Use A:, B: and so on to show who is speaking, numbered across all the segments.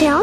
A: 聊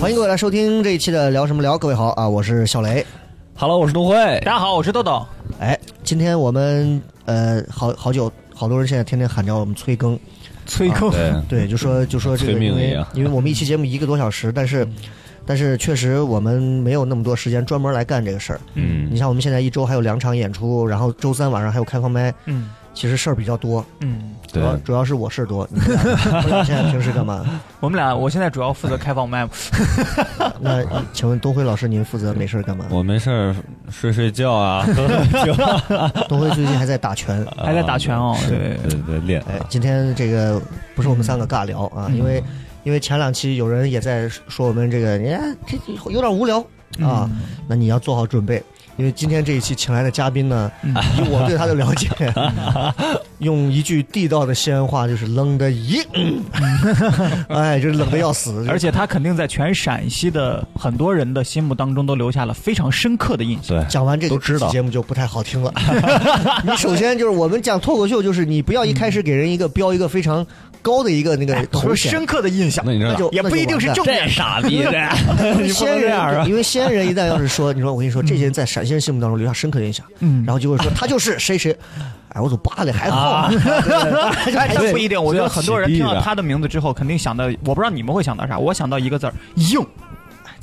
B: 欢迎各位来收听这一期的聊什么聊。各位好啊，我是小雷。
C: Hello，我是东辉。
D: 大家好，我是豆豆。
B: 哎，今天我们呃，好好久，好多人现在天天喊着我们催更，
D: 崔
B: 啊
D: 扣
C: 对，
B: 对，就说就说这个，
C: 催命
B: 因
C: 一
B: 为
C: 样嗯
B: 因为我们一期节目一个多小时，但是但是确实我们没有那么多时间专门来干这个事儿。你
C: 嗯，
B: 像我们现在一周还有两场演出，然后周三晚上还有开放麦，
D: 嗯
B: 其实事儿比较多。
D: 嗯，
B: 主要主要是我事儿多，你们俩 不是你现在平时干嘛？
D: 我们俩，我现在主要负责开放麦，
B: 那请问东辉老师，您负责没事儿干嘛？
C: 我没事儿睡睡觉啊，喝喝酒啊，
B: 东辉最近还在打拳。
D: 还在打拳哦。
C: 是
D: 对，
C: 对对练。
B: 哎，今天这个不是我们三个尬聊啊，因
D: 嗯
B: 为因为前两期有人也在说我们这个，你看这这有点无聊
D: 嗯
B: 啊，那你要做好准备，因为今天这一期请来的嘉宾呢，
D: 嗯
B: 以我对他的了 解，用一句地道的西安话就是冷的咦， 哎，就是冷的要死，
D: 而且他肯定在全陕西的很多人的心目当中都留下了非常深刻的印象。
C: 对，
B: 讲完这个
C: 都知道
B: 期节目就不太好 听了。你首先就是我们讲脱口秀，就是你不要一开始给人一个标一个非常高的一个那个头
D: 哎说
B: 衔，
D: 深刻的印象
C: 那你知
B: 那
C: 道
B: 就那完蛋
C: 这傻逼的， 你不
B: 西安
C: 能这样
B: 人，
C: 啊！嗯
B: 因为西安人一旦要是说，你说我跟你说，这些人在陕西人心目当中留下深刻的印象，
D: 嗯
B: 然后就会说他就是谁谁，哎，我走扒的还
C: 啊
B: 好，
D: 哎，
B: 对
D: 但不一定，我觉得很多人听
C: 这要
D: 到
C: 起地的
D: 他的名字之后，肯定想到，我不知道你们会想到啥，我想到一个字儿，硬。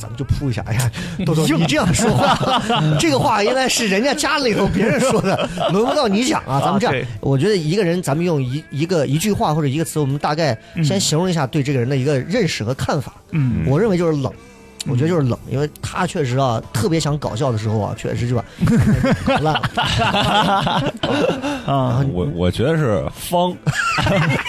B: 咱们就铺一下。哎呀，豆 豆，你这样说话，这个话应该是人家家里头别人 说的，轮不到你讲啊。咱们这样
D: 啊对，
B: 我觉得一个人，咱们用一一个一句话或者一个词，我们大概
C: 嗯
B: 先形容一下对这个人的一个认识和看法。
D: 嗯
B: 我认为就是冷。
C: 嗯
B: 我觉得就是冷，因为他确实啊，特别想搞笑的时候啊，确实 就把搞烂了。然后
D: 啊
B: 你
C: 我我觉得是方，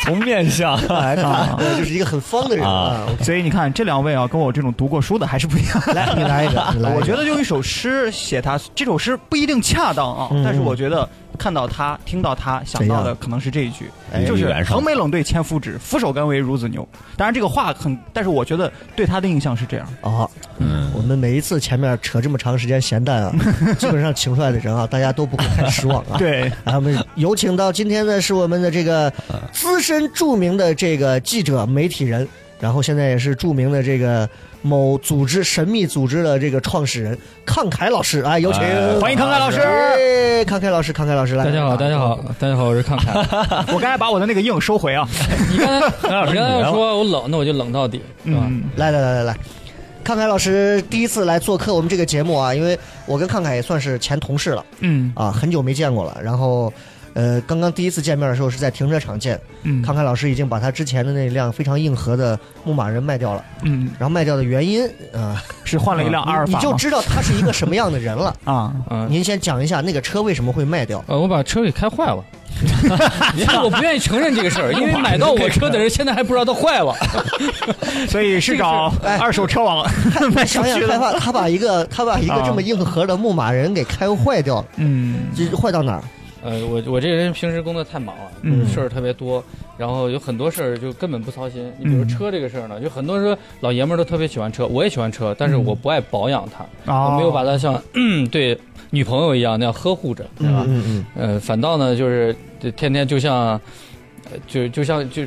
C: 从面相。
D: 啊！
B: 对，就是一个很方的人啊。
D: 所以你看，这两位啊，跟我这种读过书的还是不一样。
B: 来，你来一个，你来一个。
D: 我觉得用一首诗写他，这首诗不一定恰当啊，
B: 嗯
D: 但是我觉得看到他、听到他、想到
B: 怎
D: 的
B: 样
D: 可能是这一句
B: 哎，
D: 就是
C: 原
D: “
C: 上
D: 横眉冷对千夫指，俯首甘为孺子牛”。当然这个话很，但是我觉得对他的印象是这样。
B: 啊，
C: 嗯，
B: 我们每一次前面扯这么长时间闲淡啊，基本上请出来的人啊，大家都不会太失望啊。。
D: 对，
B: 来，我们有请到今天呢是我们的这个
D: 嗯
B: 资深著名的这个记者、媒体人，然后现在也是著名的这个某组织神秘组织的这个创始人康凯老师啊，有请
C: 哎
D: 欢迎康凯老师
B: 哎康凯老师，康凯老师来，
E: 大家好，大家好，大家好，我是康凯。
D: 我刚才把我的那个硬收回啊。
E: 你刚 才你刚才
C: 你来吧
E: 要说我冷，那我就冷到底，是吧？
D: 嗯，
B: 来来来来来，康凯老师第一次来做客我们这个节目啊，因为我跟康凯也算是前同事了
D: 嗯
B: 啊，很久没见过了。然后，呃，刚刚第一次见面的时候是在停车场见，
D: 嗯
B: 康凯老师已经把他之前的那辆非常硬核的牧马人卖掉了。
D: 嗯，
B: 然后卖掉的原因啊，
D: 是换了一辆阿尔
B: 你
D: 法
B: 就
D: 吗
B: 知道他是一个什么样的人了。
D: 啊，
E: 啊，
B: 您先讲一下那个车为什么会卖掉？
E: 呃，我把车给开坏 了。其实我不愿意承认这个事 儿，因为买到我车的人现在还不知道它坏了。
D: 所以是找
B: 哎
D: 二手车网 卖出
B: 想想
D: 去
B: 害
D: 的。
B: 怕，他把一个他把一个
D: 啊
B: 这么硬核的牧马人给开坏掉了，
D: 嗯
B: 这坏到哪儿？
E: 呃，我我这个人平时工作太忙了，
D: 嗯
E: 事儿特别多，然后有很多事儿就根本不操心。你比如
D: 嗯
E: 车这个事儿呢，就很多人说老爷们儿都特别喜欢车，我也喜欢车，但是
D: 嗯
E: 我不爱保养它，
D: 啊
E: 我没有把它像 对女朋友一样那样呵护着，对吧？
B: 嗯嗯
E: 呃，反倒呢，就是这天天就像，呃就就像就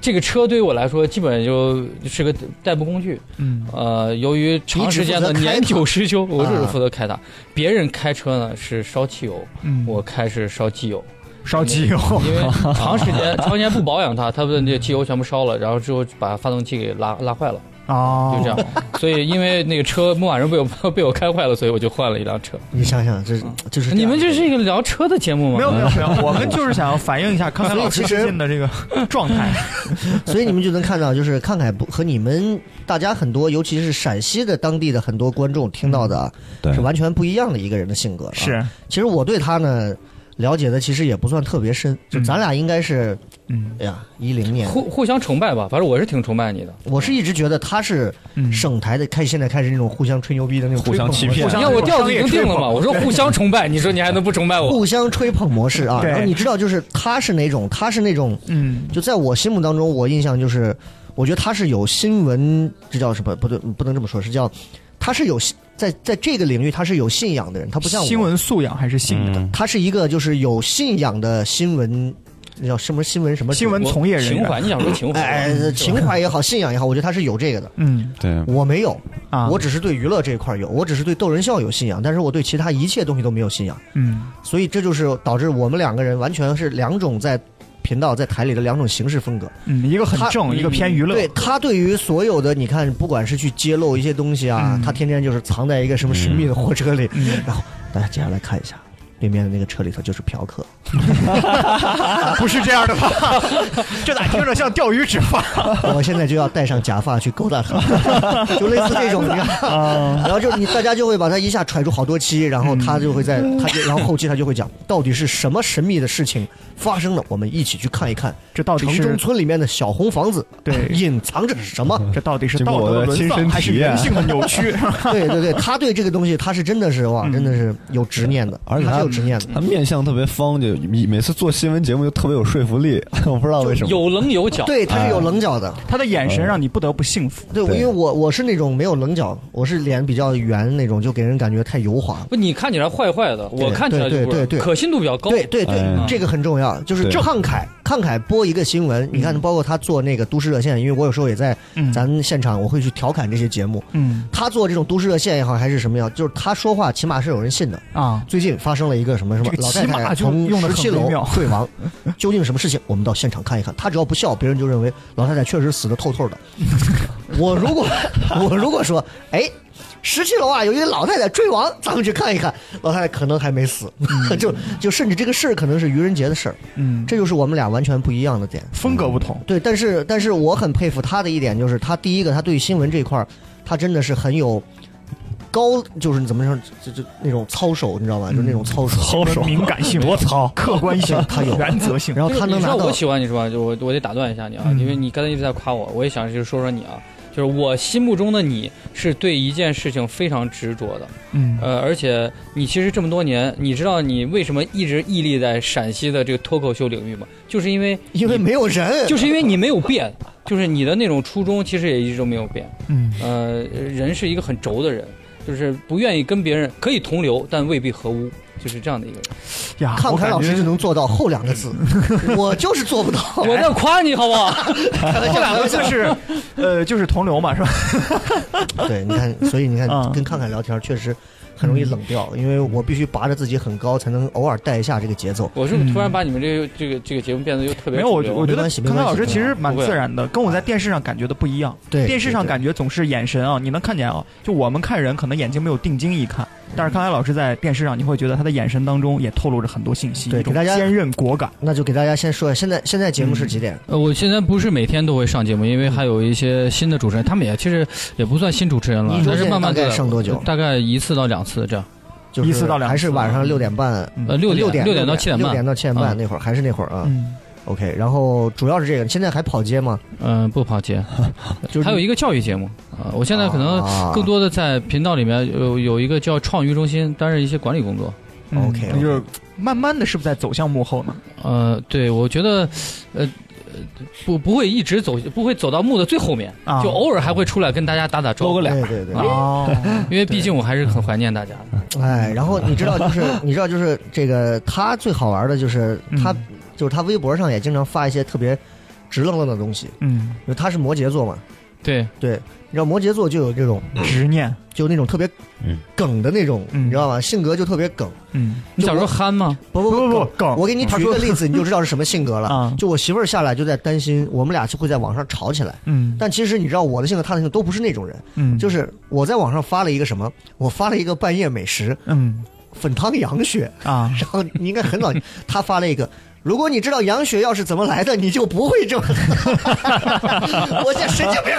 E: 这个车对于我来说，基本就是个代步工具。
D: 嗯
E: 呃，由于长时间的
B: 你只负责开它
E: 年久失修，我只
B: 啊
E: 是负责开它。别人开车呢是烧汽油，
D: 嗯，
E: 我开是烧机油，
D: 烧机油。
E: 因为长时间长时间不保养它，它的这汽油全部烧了，然后之后把发动机给拉拉坏了。
D: 啊，
E: 就这样。所以因为那个车牧马人被我被我开坏了，所以我就换了一辆车。
B: 你想想，这就是
E: 你们
B: 这
E: 这是一个聊车的节目吗？
D: 没有没有没有，我们就是想要反映一下康凯老师最近的这个状态。
B: 样，所以你们就能看到，就是看凯不和你们大家很多，尤其是陕西的当地的很多观众听到的啊，
F: 对
B: 是完全不一样的一个人的性格。，
D: 是，
B: 其实我对他呢了解的其实也不算特别深，就咱俩应该是，
D: 嗯
B: 哎呀，一零年，
E: 互互相崇拜吧，反正我是挺崇拜你的。
B: 我是一直觉得他是
D: 嗯
B: 省台的，开始现在开始那种互相吹牛逼的那种
F: 互相
B: 吹捧
F: 欺
B: 模式
F: 骗
E: 你看我调子已经定了嘛，我说互相崇拜，你说你还能不崇拜我？
B: 互相吹捧模式 啊。
D: 对
B: 然后你知道，就是他是哪种，他是那种，
D: 嗯，
B: 就在我心目当中，我印象就是，我觉得他是有新闻，这叫什么？不对，不能这么说，是叫他是有信在在这个领域他是有信仰的人，他不像我
D: 新，闻素养还是信仰，
F: 嗯，
B: 他是一个就是有信仰的新闻，那叫什么新闻什么
D: 新闻
E: 我
D: 从业人
E: 情怀，
D: 员。
E: 你想说情怀？啊嗯
B: 哎哎，情怀也好，信仰也好，我觉得他是有这个的。
D: 嗯
F: 对，
B: 我没有，
D: 啊，
B: 我只是对娱乐这一块有，我只是对逗人笑有信仰，但是我对其他一切东西都没有信仰。
D: 嗯
B: 所以这就是导致我们两个人完全是两种在频道在台里的两种形式风格。
D: 嗯，一个很正，
E: 他
D: 一个偏娱乐。
B: 对他对于所有的你看，不管是去揭露一些东西啊，
D: 嗯
B: 他天天就是藏在一个什么神秘的货车里，
D: 嗯
B: 然后大家接下来看一下。对面的那个车里头就是嫖 客，
D: 不是这样的吧？ 这咋听着像钓鱼执法？
B: 我现在就要戴上假发去勾搭他， 就类似这种，你看，
D: 啊，
B: 然后就你大家就会把他一下揣出好多期，然后他就会在
D: 嗯
B: 他就然后后期他就会讲到底是什么神秘的事情发生了，我们一起去看一看
D: 这到底
B: 城中
D: 是
B: 村里面的小红房子，
D: 对
B: 隐藏着什么？
D: 这到底是
F: 经过
D: 道德
F: 我的
D: 沦
F: 亲
D: 丧
F: 身
D: 还是
F: 体验
D: 人性的扭 曲？
B: 对对对，他对这个东西他是真的是哇，真的是有执念的，
F: 而且
B: 他
F: 他
B: 是有执念的。
F: 他面相特别方，就每每次做新闻节目就特别有说服力， 我不知道为什么。
E: 有棱有角，
B: 对，他是有棱角的。
D: 他的眼神让你不得不信服。
B: 对，我
F: 对
B: 因为我我是那种没有棱角，我是脸比较圆那种，就给人感觉太油滑。
E: 不，你看起来坏坏的，我看起来就
B: 对
E: 不
B: 对
E: 是
B: 对对
E: 可信度比较高。
B: 对对对，
F: 哎
B: 这个很重要。就是
F: 对
B: 慷慨，慷慨播一个新闻，你看，包括他做那个都市热线，因为我有时候也在
D: 嗯
B: 咱现场，我会去调侃这些节目。
D: 嗯
B: 他做这种都市热线也好，还是什么样，就是他说话起码是有人信的。
D: 啊，
B: 最近发生了一个什么什么
D: 这个
B: 老太
D: 骑
B: 太
D: 马就
B: 从
D: 用得
B: 十
D: 很
B: 七
D: 微
B: 楼
D: 妙
B: 坠亡，究竟什么事情？我们到现场看一看。她只要不笑，别人就认为老太太确实死得透透 的。我如果 我如果说，哎，十七楼啊有一个老太太坠亡，咱们去看一看，老太太可能还没死， 就就甚至这个事儿可能是愚人节的事儿，
D: 嗯，
B: 这就是我们俩完全不一样的点。
D: 风格不同。
B: 对，但是但是我很佩服他的一点就是，他第一个，他对新闻这一块儿，他真的是很有高，就是怎么说，就就那种操守，你知道吧？就是那种操守。
D: 敏感性、多糙、客观 性、
B: 他有
D: 原则性。
B: 然后
E: 就是
B: 他能
E: 你知
B: 拿
E: 道
B: 到
E: 我，喜欢你是吧？就我我得打断一下你啊，
D: 嗯
E: 因为你刚才一直在夸我，我也想就是说说你啊，就是我心目中的你是对一件事情非常执着的，
D: 嗯
E: 呃，而且你其实这么多年，你知道你为什么一直屹立在陕西的这个脱口秀领域吗？就是因为
B: 因为没有人，
E: 就是因为你没有变，就是你的那种初衷其实也一直都没有变。
D: 嗯
E: 呃，人是一个很轴的人，就是不愿意跟别人可以同流，但未必合污，就是这样的一个人。
D: 呀，
B: 康
D: 我
B: 凯
D: 感
B: 老师
D: 觉
B: 就能做到后两个 字，哦我就是做不到。
E: 我在夸你好不好？
D: 这 两个字是，呃，就是同流嘛，是吧？
B: 对，你看，所以你看
D: 嗯，
B: 跟康凯聊天确实很容易冷掉，因为我必须拔着自己很高，才能偶尔带一下这个节奏。
E: 我是不是突然把你们这个这个这个节目变得又特别
D: 没有，我
E: 主流
D: 我觉
B: 没
D: 得
B: 关系没
D: 康凯
B: 关
D: 老
B: 系
D: 师其实蛮
E: 不会
D: 自然的，啊跟我在电视上感觉的不一样。
B: 对
D: 电视上
B: 对对
D: 感觉总是眼神啊，你能看见啊，就我们看人可能眼睛没有定睛一看，但是康凯老师在电视上，你会觉得他的眼神当中也透露着很多信息，
B: 对
D: 一种
B: 给大家
D: 坚韧果敢。
B: 那就给大家先说，现在现在节目是几
D: 嗯
B: 点？
E: 呃，我现在不是每天都会上节目，因为还有一些新的主持人，他们也其实也不算新主持人了
B: 一，周
E: 但是
B: 见
E: 慢慢
B: 大概
E: 的
B: 上多久
E: 大概一次到两次这样。
B: 就是
D: 一次到两次
B: 还是晚上六点半，
E: 呃，六
B: 嗯六
E: 点
B: 六
E: 点到七
B: 七点
E: 半
B: 六，点到七点半
E: 嗯
B: 那会儿，还是那会儿啊。
D: 嗯，
B: OK，然后主要是这个，现在还跑街吗？
E: 嗯、不跑节，
D: 嗯
B: 就是
E: 还有一个教育节目啊、我现在可能
B: 啊
E: 更多的在频道里面有有一个叫创育中心，担任一些管理工作。
D: 嗯
B: OK，
D: 那就是慢慢的是不是在走向幕后呢？
E: 呃，对，我觉得，呃，呃不不会一直走，不会走到幕的最后面，
D: 啊
E: 就偶尔还会出来啊跟大家打打招呼，
B: 对对对，
D: 哦，
E: 因为毕竟我还是很怀念大家的。
B: 哎，然后你知道就是你知道就是这个他最好玩的就是他、
D: 嗯
B: 就是他微博上也经常发一些特别直愣愣的东西，
D: 嗯
B: 因为他是摩羯座嘛，
E: 对，
B: 对，你知道摩羯座就有这种，
D: 执念，
B: 就那种特别
F: 嗯
B: 梗的那种，
D: 嗯
B: 你知道吗？性格就特别梗。
D: 嗯
E: 你小时候憨吗？
B: 不不
D: 不不不梗
B: 我给
E: 嗯
B: 你
D: 他
B: 举一
D: 说
B: 个例子，你就知道是什么性格 了。
D: 啊，
B: 就我媳妇儿下来就在担心，我们俩就会在网上吵起来。
D: 嗯
B: 但其实你知道我的性格，她的性格都不是那种人。
D: 嗯，
B: 就是是我在网上发了一个什么，我发了一个半夜美食
D: 嗯
B: 粉汤羊血，
D: 啊，
B: 然后你应该很早，她发了一个。如果你知道羊血要是怎么来的，你就不会这么。 我这神经病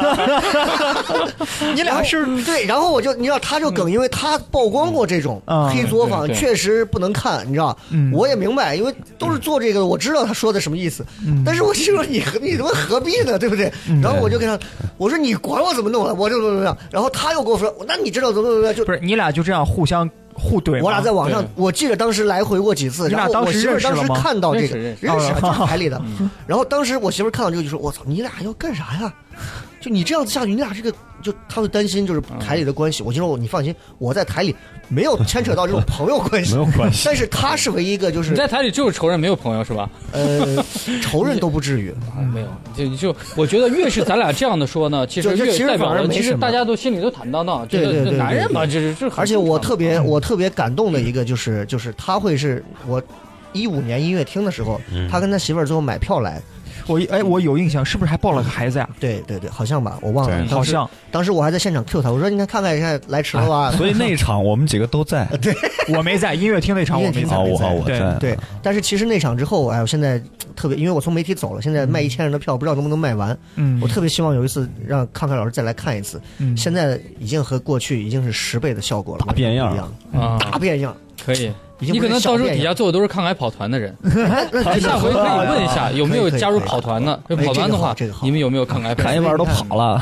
B: 了！你俩是对，然后我就你知道，他就梗，因为他曝光过这种
D: 嗯
B: 黑作坊，
E: 对对对
B: 确实不能看，你知道。
D: 嗯
B: 我也明白，因为都是做这个，我知道他说的什么意思。但是我就说你何你他妈何必呢，对不对？然后我就跟他我说你管我怎么弄啊了，我就怎么怎么样。然后他又跟我说，那你知道怎么怎么样就
D: 不。是你俩就这样互相互怼吗，
B: 我俩在网上
E: 对，
B: 我记得当时来回过几次，
D: 你俩
B: 然后我
D: 当时
B: 媳妇儿
D: 认识
B: 当时
D: 了吗
B: 看到这个，
E: 认识
B: 认识啊，
D: 哦
B: 就是台里的。 然后当时我媳妇儿看到这个就说：“我操，你俩要干啥呀？就你这样子下去，你俩这个就她会担心就是
D: 嗯
B: 台里的关系。”我就说：“你放心，我在台里没有牵扯到 这种朋友关系
F: 没，有 关系。
B: 但是她是唯一一个就
E: 你
B: 是
E: 在台里就是仇人没有朋友是吧？
B: 呃仇人都不至 于。
E: 啊，没有，就就我觉得越是咱俩这样的说呢，其实
B: 就就
E: 越
B: 其实
E: 代表
B: 反而
E: 了，
B: 没
E: 其
B: 什
E: 实
B: 么
E: 大家都心里都坦荡荡，觉
B: 对对
E: 得
B: 对
E: 这
B: 对
E: 男人嘛，
B: 对
E: 这是这是很
B: 而且我特别
D: 嗯
B: 我特别感动的一个就是就是他会是我一五年音乐厅的时候，
D: 嗯
B: 他跟他媳妇儿最后买票来，
D: 我一
B: 嗯
D: 哎，我有印象，是不是还抱了个孩子呀？
B: 对对对，嗯好像吧，我忘了，当
F: 对
B: 时
D: 好像
B: 当时我还在现场 Q 他，我说你看看看人家来迟了吧。
F: 哎所以那一场我们几个都在，
D: 我没在音乐厅那场，
B: 音
D: 我
B: 乐
D: 没
B: 厅
D: 在
F: 啊，。我啊我
D: 对
F: 在，
B: 对，但是其实那场之后，哎，我现在特别，因为我从媒体走了，现在卖一千人的票，不知道能不能卖完。
D: 嗯，
B: 我特别希望有一次让康康老师再来看一次。
D: 嗯
B: 现在已经和过去已经是十倍的效果了，
F: 大变样
B: 不一样，
E: 啊，
B: 大变样，
E: 可以。
B: 已经
E: 你
B: 不
E: 可
B: 是
E: 能
B: 小
E: 到时候
B: 变
E: 底
B: 样
E: 下坐的都是看来跑团的人，
B: 那那
E: 下回可以问一下有没有加入跑团的。
B: 可以可以
E: 跑团的
B: 哎这个
E: 话
B: 好这个好，
E: 你们有没有看来跑
F: 看一
E: 团？
F: 半都跑了，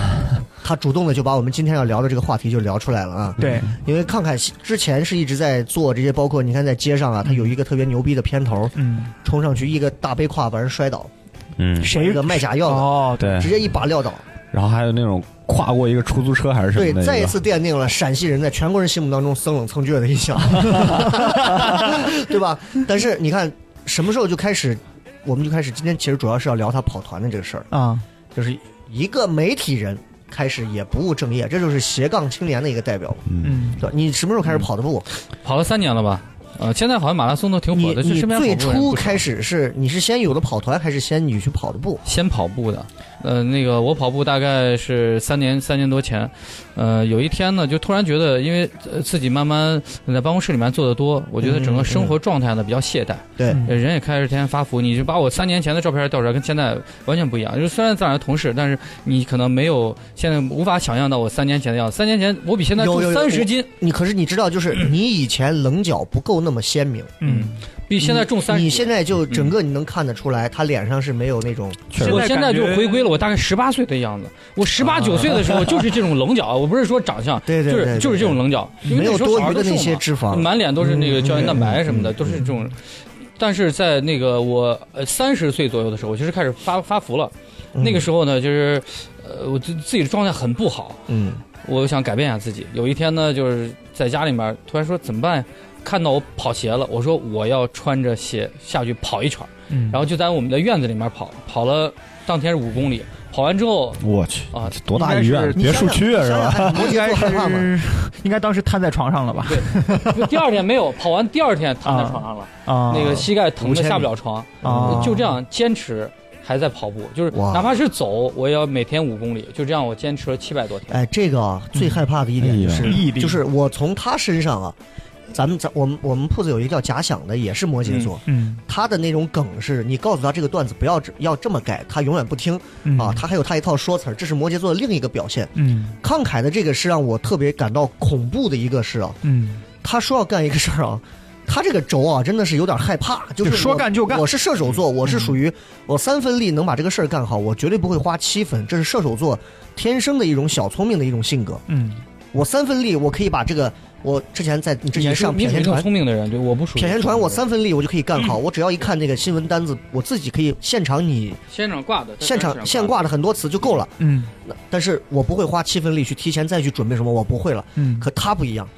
B: 他主动的就把我们今天要聊的这个话题就聊出来了啊。
D: 对，
B: 因为康凯之前是一直在做这些，包括你看在街上啊，他有一个特别牛逼的片头，
D: 嗯，
B: 冲上去一个大背胯把人摔倒，
F: 嗯，
B: 一
D: 谁
B: 个卖假药的
D: 哦，对，
F: 对
B: 直，接一把撂倒。
F: 然后还有那种跨过一个出租车还是什
B: 对
F: 么，的，
B: 再一次奠定了陕西人在全国人心目当中生冷蹭倔的印 象， 对吧？但是你看什么时候就开始，我们就开始今天其实主要是要聊他跑团的这个事儿，
D: 啊，
B: 就是一个媒体人开始也不务正业，这就是斜杠青年的一个代表。
D: 嗯
B: 对吧你什么时候开始跑的步？
E: 跑了三年了吧？呃，现在好像马拉松都挺
B: 你
E: 火的，就
B: 你
E: 身边
B: 最
E: 跑步人
B: 初
E: 不少
B: 开始是你是先有的跑团，还是先你去跑的步？
E: 先跑步的。呃，那个我跑步大概是三年三年多前，呃，有一天呢，就突然觉得，因为呃自己慢慢在办公室里面做的多，我觉得
B: 嗯
E: 整个生活状态呢比较懈怠，
B: 对
E: 呃人也开始天天发福。你就把我三年前的照片调出来，跟现在完全不一样。就是虽然咱俩同事，但是你可能没有现在无法想象到我三年前的样子。三年前我比现在
B: 有有
E: 重
B: 有
E: 三十斤，
B: 你可是你知道，就是你以前棱角不够那么鲜明，
D: 嗯，
E: 比现在重三十。嗯
B: 你现在就整个你能看得出来，他脸上是没有那种
F: 确实
E: 我现在就
D: 感觉
E: 回归了我大概十八岁的样子。我十八九岁的时候就是这种棱角，啊我不是说长相，
B: 啊对对
E: 就
B: 对对
E: 是就是这种棱角，因为
B: 没有
E: 那时候
B: 多
E: 小孩
B: 余的
E: 都
B: 那
E: 瘦
B: 些
E: 嘛
B: 脂肪。
E: 满脸都是那个胶原蛋白什么的，
B: 嗯
E: 都是这种。但是在那个我呃三十岁左右的时候，我其实开始发发福了。那个时候呢，就是呃我自自己的状态很不好，
B: 嗯，
E: 我想改变一下自己。有一天呢，就是在家里面突然说怎么办呀？看到我跑鞋了，我说我要穿着鞋下去跑一圈儿，
D: 嗯，
E: 然后就在我们的院子里面跑，跑了当天是五公里，跑完之后
F: 我去
E: 啊
F: 这多大医
D: 应该
F: 院
D: 是
F: 别墅区啊是吧？
B: 吧？摩
D: 嗯
B: 羯
D: 应该
B: 座害怕吗？
D: 是应该当时瘫在床上了吧？
E: 不第二天没有跑完，第二天躺在床上了，
D: 啊，
E: 那个膝盖疼的下不了床，
D: 啊，
E: 就这样坚持还在跑步，就是
B: 哇
E: 哪怕是走，我也要每天五公里，就这样我坚持了七百多天。
B: 哎，这个啊，最害怕的一点就
F: 哎
B: 是
F: 呀
D: 毅力，
B: 就是我从他身上啊，咱们咱我们我们铺子有一个叫假想的，也是摩羯座，
D: 嗯
B: 他的那种梗是你告诉他这个段子不要这要这么改，他永远不听
D: 嗯
B: 啊，他还有他一套说辞儿，这是摩羯座的另一个表现。
D: 嗯
B: 慷慨的这个是让我特别感到恐怖的一个是啊，
D: 嗯
B: 他说要干一个事儿啊， 他这个轴啊真的是有点害怕，就是
D: 就说
B: 我
D: 干就干
B: 我是射手
E: 嗯
B: 座，我是属于我三分力能把这个事儿干好，我绝对不会花七分，这是射手座天生的一种小聪明的一种性格。
D: 嗯
B: 我三分力，我可以把这个，我之前在你之前
E: 你是
B: 上谝
E: 你属于
B: 闲
E: 更
B: 传，
E: 聪明的人，对，我不属于。
B: 谝闲传我三分力我就可以干
E: 嗯
B: 好，我只要一看那个新闻单子，我自己可以现场你
E: 现场挂的，
B: 现场现挂的很多词就够了，
D: 嗯
B: 那但是我不会花七分力去提前再去准备什么，我不会了。
D: 嗯，
B: 可他不一样，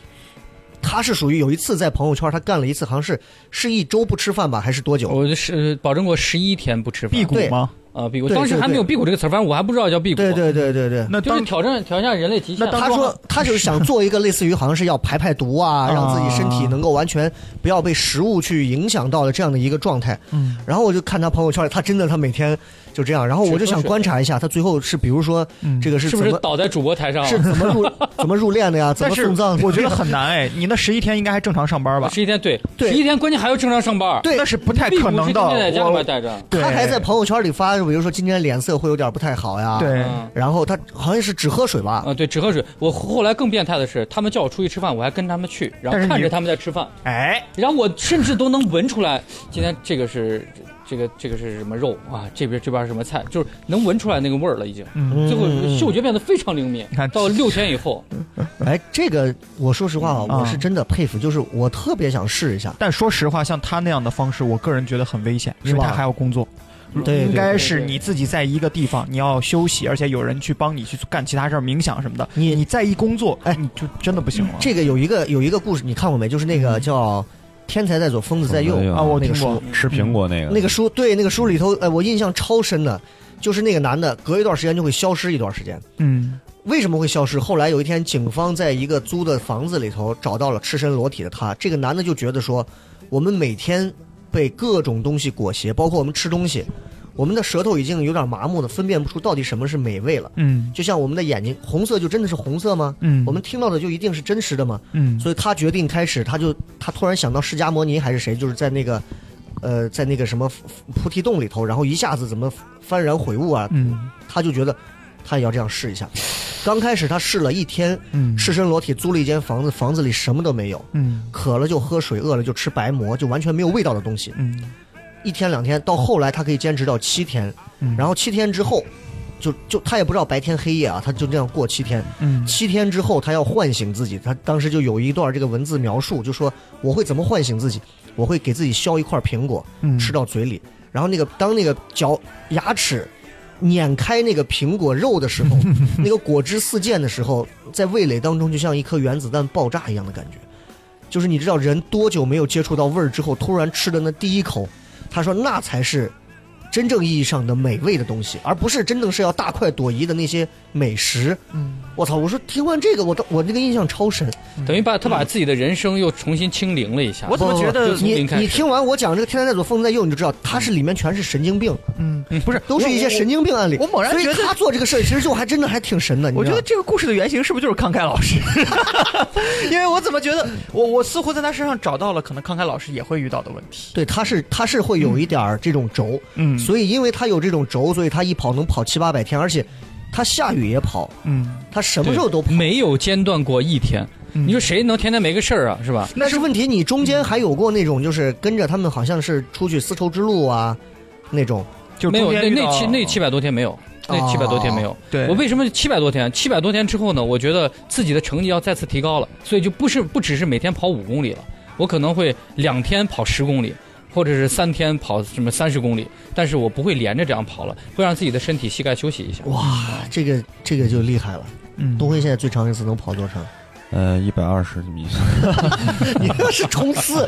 B: 他是属于有一次在朋友圈他干了
D: 哦
B: 一次，好像是是一周不吃饭吧，还是多久？
E: 呃我是保证过十一天不吃饭
D: 辟，谷吗？
E: 啊，辟谷。
B: 对
E: 当时
B: 对
E: 还没有
B: 对
E: 辟谷这个词儿，反正我还不知道叫辟谷。
B: 对对对对对。
D: 那
E: 就是
D: 当
E: 挑战挑战人类哎极限。
D: 那当
B: 他说他就是想做一个类似于好像是要排排毒啊，
D: 啊
B: 让自己身体能够完全不要被食物去影响到的这样的一个状态。
D: 嗯，
B: 然后我就看他朋友圈里，他真的他每天就这样。然后我就想观察一下他最后是比如说
D: 嗯
B: 这个
E: 是
B: 怎
E: 不是
B: 么
E: 倒在主播台上了？啊
B: 是怎么 入怎么入殓的呀？怎
D: 但
B: 么
D: 是
B: 送葬的？
D: 我觉得很难 哎，你那十一天应该还正常上班吧？
E: 十一天对，
B: 对
E: 十一天关键还要正常上班。
B: 对
D: 那是不太
E: 辟谷
D: 可能
E: 是
D: 的。
E: 天天在家里
D: 我
E: 面待着。
D: 对
B: 他还在朋友圈里发，比如说今天脸色会有点不太好呀。。
D: 对，
E: 嗯
B: 然后他好像是只喝水吧？
E: 啊，对，只喝水。我后来更变态的是，他们叫我出去吃饭，我还跟他们去，然
D: 但是
E: 后
D: 你
E: 看着他们在吃饭，
D: 哎，
E: 然后我甚至都能闻出来，今天这个是这个这个是什么肉啊？这边这边是什么菜？就是能闻出来那个味儿了，已经。
D: 嗯，
E: 最后
B: 嗯
E: 嗅觉变得非常灵敏
D: 你看，
E: 到六天以后，
B: 哎，这个我说实话啊，
D: 嗯
B: 我是真的佩服，就是我特别想试一下。
D: 但说实话，像他那样的方式，我个人觉得很危险，
B: 是
D: 因为
B: 吧嗯
D: 他还要工作。
E: 嗯
B: 对
D: 应该是
E: 对对
D: 你自己在一个地方，你要休息，而且有人去帮你去干其他事儿，冥想什么的。
B: 你
D: 你再一工作，
B: 哎
D: 哎，你就真的不行了。
B: 这个有一个有一个故事，你看过没？就是那个叫《天才在左，疯子在右
F: 疯子在》右
D: 啊，我
B: 那
D: 听
B: 个
D: 过
B: 书，，
F: 吃苹果那个
B: 那个书对那个书里头，呃，我印象超深的，就是那个男的隔一段时间就会消失一段时间。
D: 嗯，
B: 为什么会消失？后来有一天，警方在一个租的房子里头找到了赤身裸体的他。这个男的就觉得说，我们每天被各种东西裹挟，包括我们吃东西，我们的舌头已经有点麻木的，分辨不出到底什么是美味了。
D: 嗯
B: 就像我们的眼睛，红色就真的是红色吗？
D: 嗯，
B: 我们听到的就一定是真实的吗？
D: 嗯，
B: 所以他决定开始，他就他突然想到释迦摩尼还是谁，就是在那个，呃，在那个什么菩提洞里头，然后一下子怎么幡然悔悟啊，
D: 嗯
B: 他就觉得他也要这样试一下。刚开始他试了一天，
D: 嗯
B: 赤身裸体租了一间房子，房子里什么都没有，
D: 嗯
B: 渴了就喝水，饿了就吃白馍，就完全没有味道的东西。
D: 嗯
B: 一天两天，到后来他可以坚持到七天，
D: 嗯，
B: 然后七天之后，就就他也不知道白天黑夜啊，他就这样过七天。
D: 嗯
B: 七天之后，他要唤醒自己。他当时就有一段这个文字描述，就说我会怎么唤醒自己？我会给自己削一块苹果，
D: 嗯
B: 吃到嘴里，然后那个当那个嚼牙齿碾开那个苹果肉的时候，那个果汁四溅的时候，在味蕾当中就像一颗原子弹爆炸一样的感觉。就是你知道人多久没有接触到味儿之后，突然吃的那第一口，他说那才是真正意义上的美味的东西，而不是真正是要大快朵颐的那些美食。
D: 嗯
B: 我操！我说听完这个，我都我那个印象超深。
E: 等于把他把自己的人生又重新清零了一下。
D: 我怎么觉
E: 就
D: 得
E: 从
B: 你
E: 零开始
B: 你听完我讲这个天才在左，疯子在右，你就知道他是里面全是神经病，
D: 嗯，不是，
B: 都是一些神经病案例。
D: 我我猛然觉得
B: 所以他做这个事儿，其实就还真的还挺神的。你
D: 我
B: 知
D: 觉
B: 道
D: 得
B: 吗
D: 这个故事的原型是不是就是康凯老师？ 因为我怎么觉得我我似乎在他身上找到了可能康凯老师也会遇到的问题。
B: 对，他是他是会有一点儿这种轴，
D: 嗯
B: 所以因为他有这种轴，所以他一跑能跑七八百天，而且他下雨也跑，
D: 嗯，
B: 他什么时候都跑。
E: 没有间断过一天。
D: 嗯
E: 你说谁能天天没个事儿啊？是吧？
B: 但是问题，你中间还有过那种就是跟着他们好像是出去丝绸之路啊那种，
D: 就
E: 没有，
D: 中
E: 那
D: 间遇到
E: 那七那七百多天没有，那七百多天没有。
D: 对
E: 我为什么七百多天？七百多天之后呢？我觉得自己的成绩要再次提高了，所以就不是不只是每天跑五公里了，我可能会两天跑十公里，或者是三天跑什么三十公里，但是我不会连着这样跑了，会让自己的身体膝盖休息一下。
B: 哇，这个这个就厉害了。
D: 嗯
B: 东辉现在最长一次能跑多长？
F: 呃一百二十米，
B: 你那是冲刺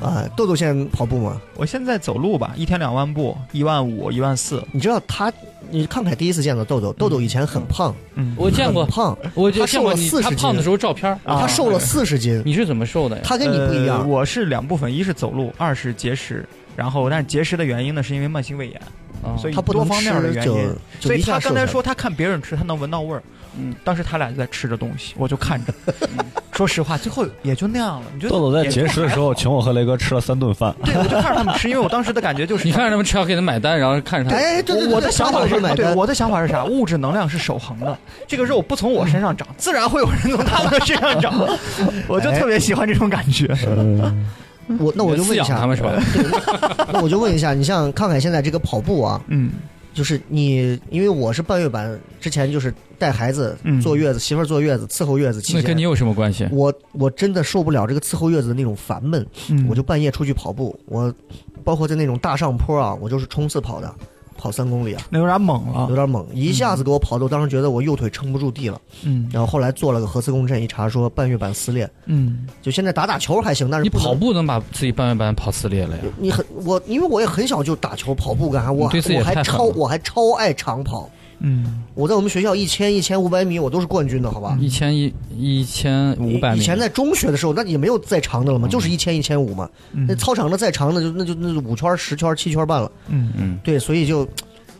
B: 啊！豆豆现在跑步吗？
D: 我现在走路吧，一天两万步，一万五，一万四。
B: 你知道他，你康凯第一次见到豆豆，豆豆以前很胖，
D: 嗯，
E: 我见过
B: 很，胖，
E: 我就
B: 他
E: 见
B: 瘦
E: 过
B: 了
E: 你
B: 40
E: 他胖的时候照片儿，
D: 啊
B: 他瘦了四十斤，
E: 你是怎么瘦的呀？
B: 他跟你不一
D: 呃
B: 样。
D: 我是两部分，一是走路，二是节食。然后，但是节食的原因呢，是因为慢性胃炎，
E: 啊
D: 所以
B: 他不能
D: 多方面的
B: 吃
D: 原因
B: 就，就
D: 所
B: 一
D: 以
B: 下
D: 他
B: 瘦
D: 刚
B: 下来
D: 才说他看别人吃，他能闻到味儿。
E: 嗯，
D: 当时他俩就在吃着东西，我就看着。说实话，最后也就那样了。你觉得
F: 豆豆在
D: 也就
F: 节食的时候请我和雷哥吃了三顿饭，
D: 对，我就看着他们吃，因为我当时的感觉 就是
E: 你看着他们吃药给他买单，然后看着他，
B: 哎，对对对，
D: 我的想法
B: 是
D: 是，
B: 买
D: 对
B: 单，
D: 我的想法是啥？物质能量是守恒的，这个肉不从我身上长，自然会有人从他们身 上长。我
B: 哎
D: 就特别喜欢这种感觉。
F: 嗯
B: 我那我就问一
E: 饲养
B: 下呃
E: 他们是吧？
B: 那我就问一下，你像康凯现在这个跑步啊，
D: 嗯
B: 就是你，因为我是半月板，之前就是带孩子、
D: 嗯
B: 坐月子、媳妇儿坐月子、伺候月子期
E: 那跟
B: 间
E: 你。有什么关系？
B: 我我真的受不了这个伺候月子的那种烦闷，
D: 嗯
B: 我就半夜出去跑步，我包括在那种大上坡啊，我就是冲刺跑的，跑三公里啊，
D: 那有点猛
B: 有
D: 了。
B: 点猛，一下子给我跑的，我当时觉得我右腿撑不住地了。
D: 嗯
B: 然后后来做了个核磁共振，一查说半月板撕裂。
D: 嗯，
B: 就现在打打球还行，但是
E: 你
B: 不能
E: 跑，步能把自己半月板跑撕裂了呀？
B: 你很我，因为我也很小就打球跑步干啥，我
E: 你对自己也
B: 我还
E: 太狠
B: 超
E: 了
B: 我还超爱长跑。
D: 嗯，
B: 我在我们学校一千、一千五百米，我都是冠军的，好吧？
E: 一千一一千嗯五百
B: 嗯以
E: 米，
B: 前在中学的时候，那也没有再长的了嘛，就是一千、一千五嘛。
D: 嗯
B: 那操场的再长的就那就那就五圈、十圈、七圈半了。
D: 嗯
E: 嗯，
B: 对，所以就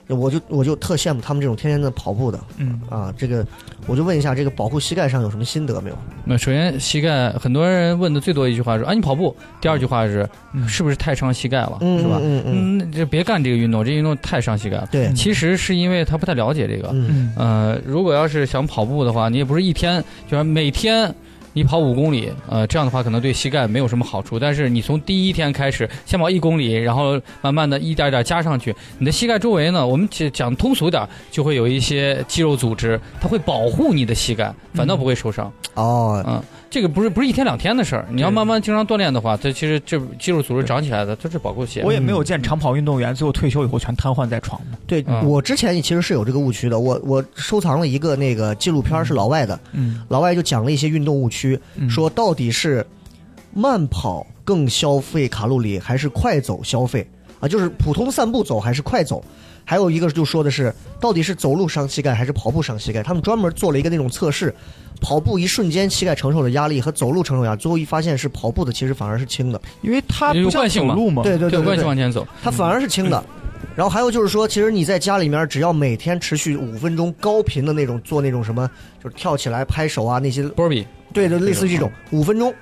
B: 我就我就特羡慕他们这种天天在跑步的
D: 嗯
B: 啊。这个我就问一下，这个保护膝盖上有什么心得没有？
E: 那首先膝盖，很多人问的最多一句话是：啊，你跑步。第二句话是，
D: 嗯
E: 是不是太伤膝盖了？
B: 嗯，
E: 是吧？
B: 嗯嗯，
E: 嗯，这别干这个运动，这运动太伤膝盖了。
B: 对，
E: 其实是因为他不太了解这个。
B: 嗯
D: 嗯
E: 呃，如果要是想跑步的话，你也不是一天，就是每天你跑五公里，呃，这样的话可能对膝盖没有什么好处。但是你从第一天开始，先跑一公里，然后慢慢的一点点加上去，你的膝盖周围呢，我们讲讲通俗点儿，就会有一些肌肉组织，它会保护你的膝盖，反倒不会受伤。
B: 哦，
E: 嗯，这个不是不是一天两天的事儿，你要慢慢经常锻炼的话，它其实这肌肉组织长起来的，它是保护鞋。嗯
D: 我也没有见长跑运动员最后退休以后全瘫痪在床的。
B: 对
E: 嗯
B: 我之前其实是有这个误区的，我我收藏了一个那个纪录片儿是老外的，
D: 嗯，
B: 老外就讲了一些运动误区，嗯
E: 嗯
B: 说到底是慢跑更消费卡路里，还是快走消费啊？就是普通散步走还是快走？还有一个就说的是，到底是走路伤膝盖还是跑步伤膝盖？他们专门做了一个那种测试，跑步一瞬间膝盖承受的压力和走路承受压力，最后一发现是跑步的其实反而是轻的，
D: 因为他
E: 有
D: 不像
E: 惯性
D: 走
E: 嘛
D: 路嘛。
B: 对对
E: 对
B: 对
E: 有
B: 对
E: 关系
B: 对，
E: 往前走。
B: 它反而是轻的。然后还有就是说，其实你在家里面只要每天持续五分钟高频的那种做那种什么，就是跳起来拍手啊那些
E: 波比，
B: 对对，类似于这种五分钟，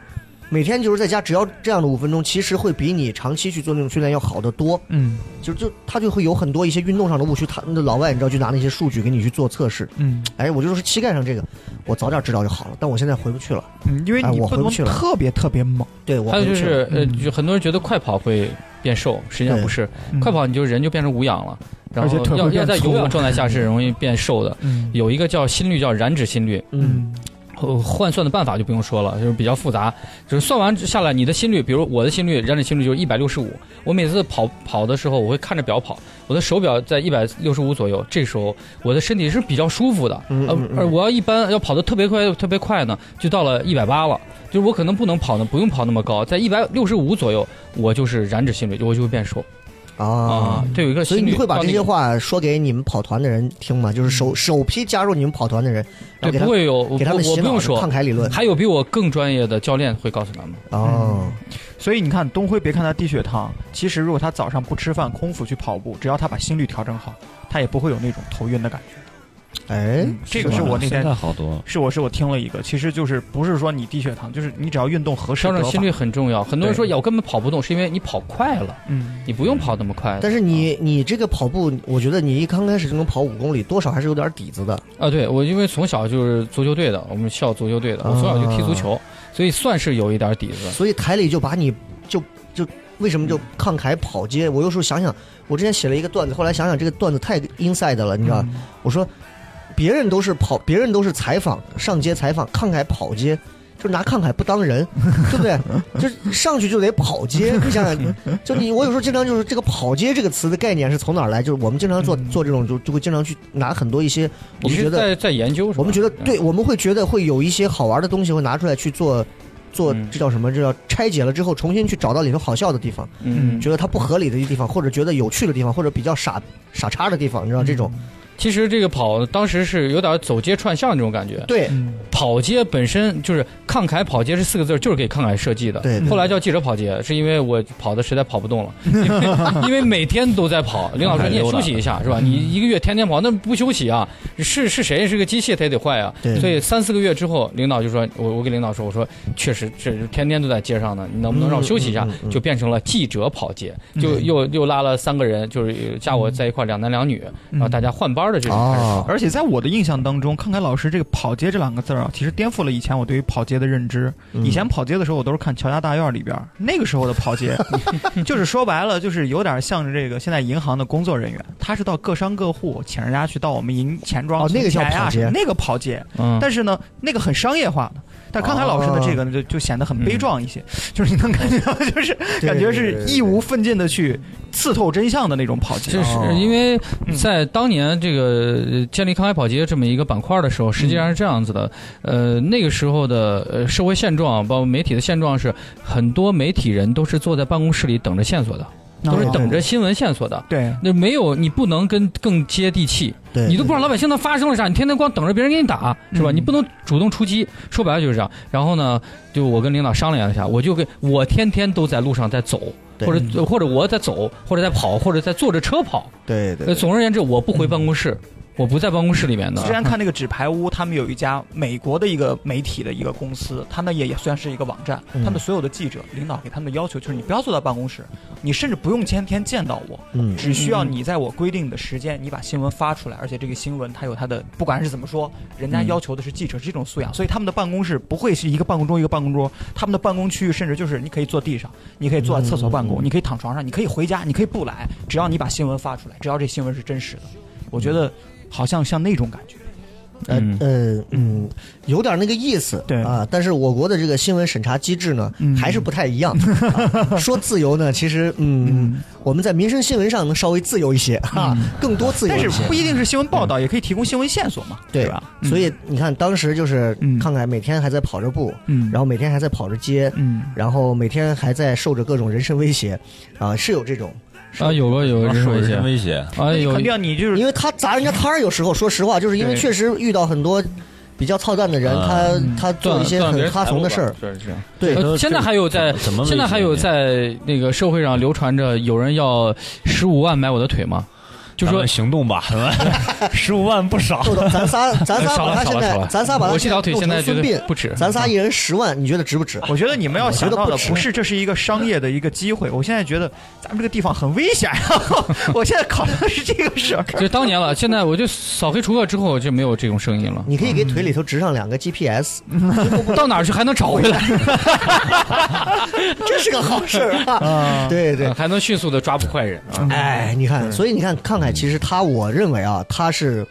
B: 每天就是在家，只要这样的五分钟，其实会比你长期去做那种训练要好得多。
D: 嗯
B: 就就他就会有很多一些运动上的误区，他那老外你知道就拿那些数据给你去做测试。
D: 嗯
B: 哎，我就说膝盖上这个，我早点知道就好了，但我现在回不去了。
D: 嗯，因为
B: 哎
D: 你
B: 我
D: 不
B: 回不
D: 能
B: 去了
D: 特别特别猛。
B: 对，我
E: 还
B: 回
E: 有
B: 不
E: 就
B: 去了。
E: 是呃，
D: 嗯
E: 就很多人觉得快跑会变瘦，实际上
B: 对
E: 不是，
D: 嗯
E: 快跑你就人就变成无氧了，然
D: 而且
E: 后
D: 腿会
E: 要要
D: 变
E: 在
D: 粗
E: 有氧状态 下是容易变瘦的。
D: 嗯
E: 有一个叫心率，叫燃脂心率，
B: 嗯，
E: 呃换算的办法就不用说了，就是比较复杂。就是算完下来，你的心率，比如我的心率，燃脂心率就是一百六十五。我每次跑跑的时候，我会看着表跑，我的手表在一百六十五左右。这时候我的身体是比较舒服的。
B: 嗯
E: 呃
B: 嗯嗯
E: 而我要一般要跑得特别快，特别快呢，就到了一百八了。就是我可能不能跑呢，不用跑那么高，在一百六十五左右，我就是燃脂心率，我就会变瘦
B: 啊
E: 啊。。这有一个
B: 所以
E: 心率
B: 你会把
E: 到
B: 这
E: 那
B: 些
E: 个
B: 话说给你们跑团的人听吗？就是首首批加入你们跑团的人，然后
E: 对
B: 给他
E: 不会有我
B: 给他们
E: 我
B: 洗
E: 不
B: 脑
E: 用
B: 的慷
E: 说，嗯
B: 慨理论
E: 还有比我更专业的教练会告诉他们。
B: 哦，
D: 所以你看，东辉别看他低血糖，其实如果他早上不吃饭，空腹去跑步，只要他把心率调整好，他也不会有那种头晕的感觉。嗯
B: 哎，
E: 嗯
D: 这个是我那
F: 现
D: 天
F: 在好多，
D: 是我是我听了一个，其实就是不是说你低血糖，就是你只要运动合适
E: 调整
D: 得法
E: 心率，很重要。很多人
D: 对
E: 说呀，我根本跑不动，是因为你跑快了，
D: 嗯，
E: 你不用跑那么快。
B: 但是你你这个跑步，我觉得你一刚开始就能跑五公里，多少还是有点底子的。
E: 啊，对我因为从小就是足球队的，我们校足球队的，我从小就踢足球，所以算是有一点底子。
B: 所以台里就把你就就为什么
E: 嗯
B: 就慷慨跑街？我有时候想想，我之前写了一个段子，后来想想这个段子太 inside 了，你知道吧？
D: 嗯
B: 我说别人都是跑，别人都是采访上街采访，慷慨跑街。就拿慷慨不当人，对不对？就上去就得跑街，你想想，就你我有时候经常就是这个跑街这个词的概念是从哪儿来？就是我们经常做做这种，就就会经常去拿很多一些我
E: 你
B: 们觉
E: 是
B: 得
E: 在在研究是吧？
B: 我们觉得对，我们会觉得会有一些好玩的东西会拿出来去做，做
E: 嗯
B: 这叫什么？这叫拆解了之后，重新去找到里头好笑的地方，
E: 嗯，
B: 觉得它不合理的地方，或者觉得有趣的地方，或者比较傻傻叉的地方，你知道啊这
D: 嗯
B: 种？
E: 其实这个跑当时是有点走街串巷这种感觉。
B: 对
D: 嗯，
E: 跑街本身就是慷慨跑街这四个字儿就是给慷慨设计的。
B: 对对
E: 后来叫记者跑街，是因为我跑的实在跑不动了， 因为因为每天都在 跑。林老师，你也休息一下是吧？
B: 嗯
E: 你一个月天天跑，那不休息啊？是是谁？是个机械，它也得坏啊
B: 对。
E: 所以三四个月之后，领导就说，我我给领导说，我说确实这天天都在街上呢，你能不能让我休息一下
B: 嗯嗯嗯？嗯
E: 就变成了记者跑街，就又又拉了三个人，就是加我在一块儿，两男两女，然后大家换班的这种开始跑。
B: 嗯哦，
D: 嗯而且在我的印象当中，康凯老师这个“跑街”这两个字儿啊，其实颠覆了以前我对于跑街的认知。
B: 嗯
D: 以前跑街的时候，我都是看《乔家大院》里边儿那个时候的 跑街，就是说白了，就是有点像这个现在银行的工作人员，他是到各商各户请人家去到我们银钱庄
B: 哦那个叫
D: 存钱呀
B: 跑街
D: 什么那个跑街。
E: 嗯，哦
D: 但是呢，那个很商业化的。但康凯老师的这个呢，就就显得很悲壮一些，就是你能感觉到，
E: 嗯
D: 就是感觉是义无奋进的去刺透真相的那种跑题。
E: 这
F: 哦
E: 是因为在当年这个呃建立康海跑街这么一个板块的时候，实际上是这样子的。呃，那个时候的呃社会现状，包括媒体的现状是，很多媒体人都是坐在办公室里等着线索的，
D: 哦
E: 都是等着嗯新闻线索的。
D: 对
E: 那没有，你不能跟更接地气，
B: 对，
E: 你都不知道老百姓那发生了啥，你天天光等着别人给你打，是吧？
D: 嗯
E: 你不能主动出击，说白了就是这样。然后呢，就我跟领导商量一下，我就给我天天都在路上在走，
B: 对
E: 或者或者我在走，或者在跑，或者在坐着车跑。
B: 对嗯
E: 呃，
B: 对
E: 总而言之，我不回办公室，我不在办公室里面的。
D: 之前看那个纸牌屋，他们有一家美国的一个媒体的一个公司，他们也也算是一个网站，
B: 嗯
D: 他们所有的记者领导给他们的要求就是你不要坐在办公室，你甚至不用天天见到我，
B: 嗯
D: 只需要你在我规定的时间，你把新闻发出来，而且这个新闻它有它的，不管是怎么说，人家
E: 嗯
D: 要求的是记者是一种素养，所以他们的办公室不会是一个办公桌一个办公桌，他们的办公区域甚至就是你可以坐地上，你可以坐在厕所办公，你可以躺床上，你可以回家，你可以不来，只要你把新闻发出来，只要这新闻是真实的，我觉得好像像那种感觉。
B: 呃
E: 嗯
B: 呃嗯，有点那个意思，
D: 对
B: 啊，但是我国的这个新闻审查机制呢
D: 嗯，
B: 还是不太一 样。啊说自由呢，其实嗯，我们在民生新闻上能稍微自由一些哈，更多自由
D: 嗯但
B: 一
D: 是
B: 些
D: 不。一定是新闻报道，也可以提供新闻线索嘛，
B: 对
D: 吧？
B: 所以你看，当时就是
D: 嗯
B: 康凯每天还在跑着步，
D: 嗯，
B: 然
D: 后
B: 后每天还在跑着街，
D: 嗯，
B: 然后每天还在受着各种人身威胁，啊，是有这种，
E: 啊，有过有过这种
G: 人
E: 一些
G: 身威胁，
E: 啊，有
D: 肯定要你就是
B: 因为他砸人家摊儿，有时候说实话，就是因为
D: 对
B: 确实遇到很多比较操蛋的人，
G: 啊
B: 他他做一
E: 嗯断
B: 些
E: 断别
B: 很
E: 人
B: 哈怂的事儿，
G: 这哎是
B: 对
E: 呃现在还有在
G: 怎么？啊
E: 现在还有在那个社会上流传着有人要十五万买我的腿吗？就
G: 咱
E: 说
G: 们行动吧，
C: 十五万不少，
B: 豆豆，咱 仨咱仨
E: 少
B: 把
E: 了
B: 他
E: 少
B: 现
E: 了少
B: 在
E: 了，
B: 咱仨把他
E: 我这条腿
B: 弄
E: 现在
B: 成
E: 觉
B: 孙膑
E: 得，不嗯止，
B: 咱仨一人十万，你觉得值不值？
D: 我觉得你们要想到
B: 我觉得
D: 的
B: 不值
D: 不是这是一个商业的一个机会，我现在觉得咱们这个地方很危险啊！ 我现在考虑的是这个事儿。
E: 就当年了。现在我就扫黑除恶之后就没有这种声音了。
B: 你可以给腿里头植上两个 GPS，
E: 嗯到哪儿去还能找回来，
B: 这是个好事儿
E: 嗯
B: 啊！对对，
E: 还能迅速的抓捕坏人啊！
B: 哎，你看，所以
E: 嗯
B: 你看，康凯其实他，我认为啊，他是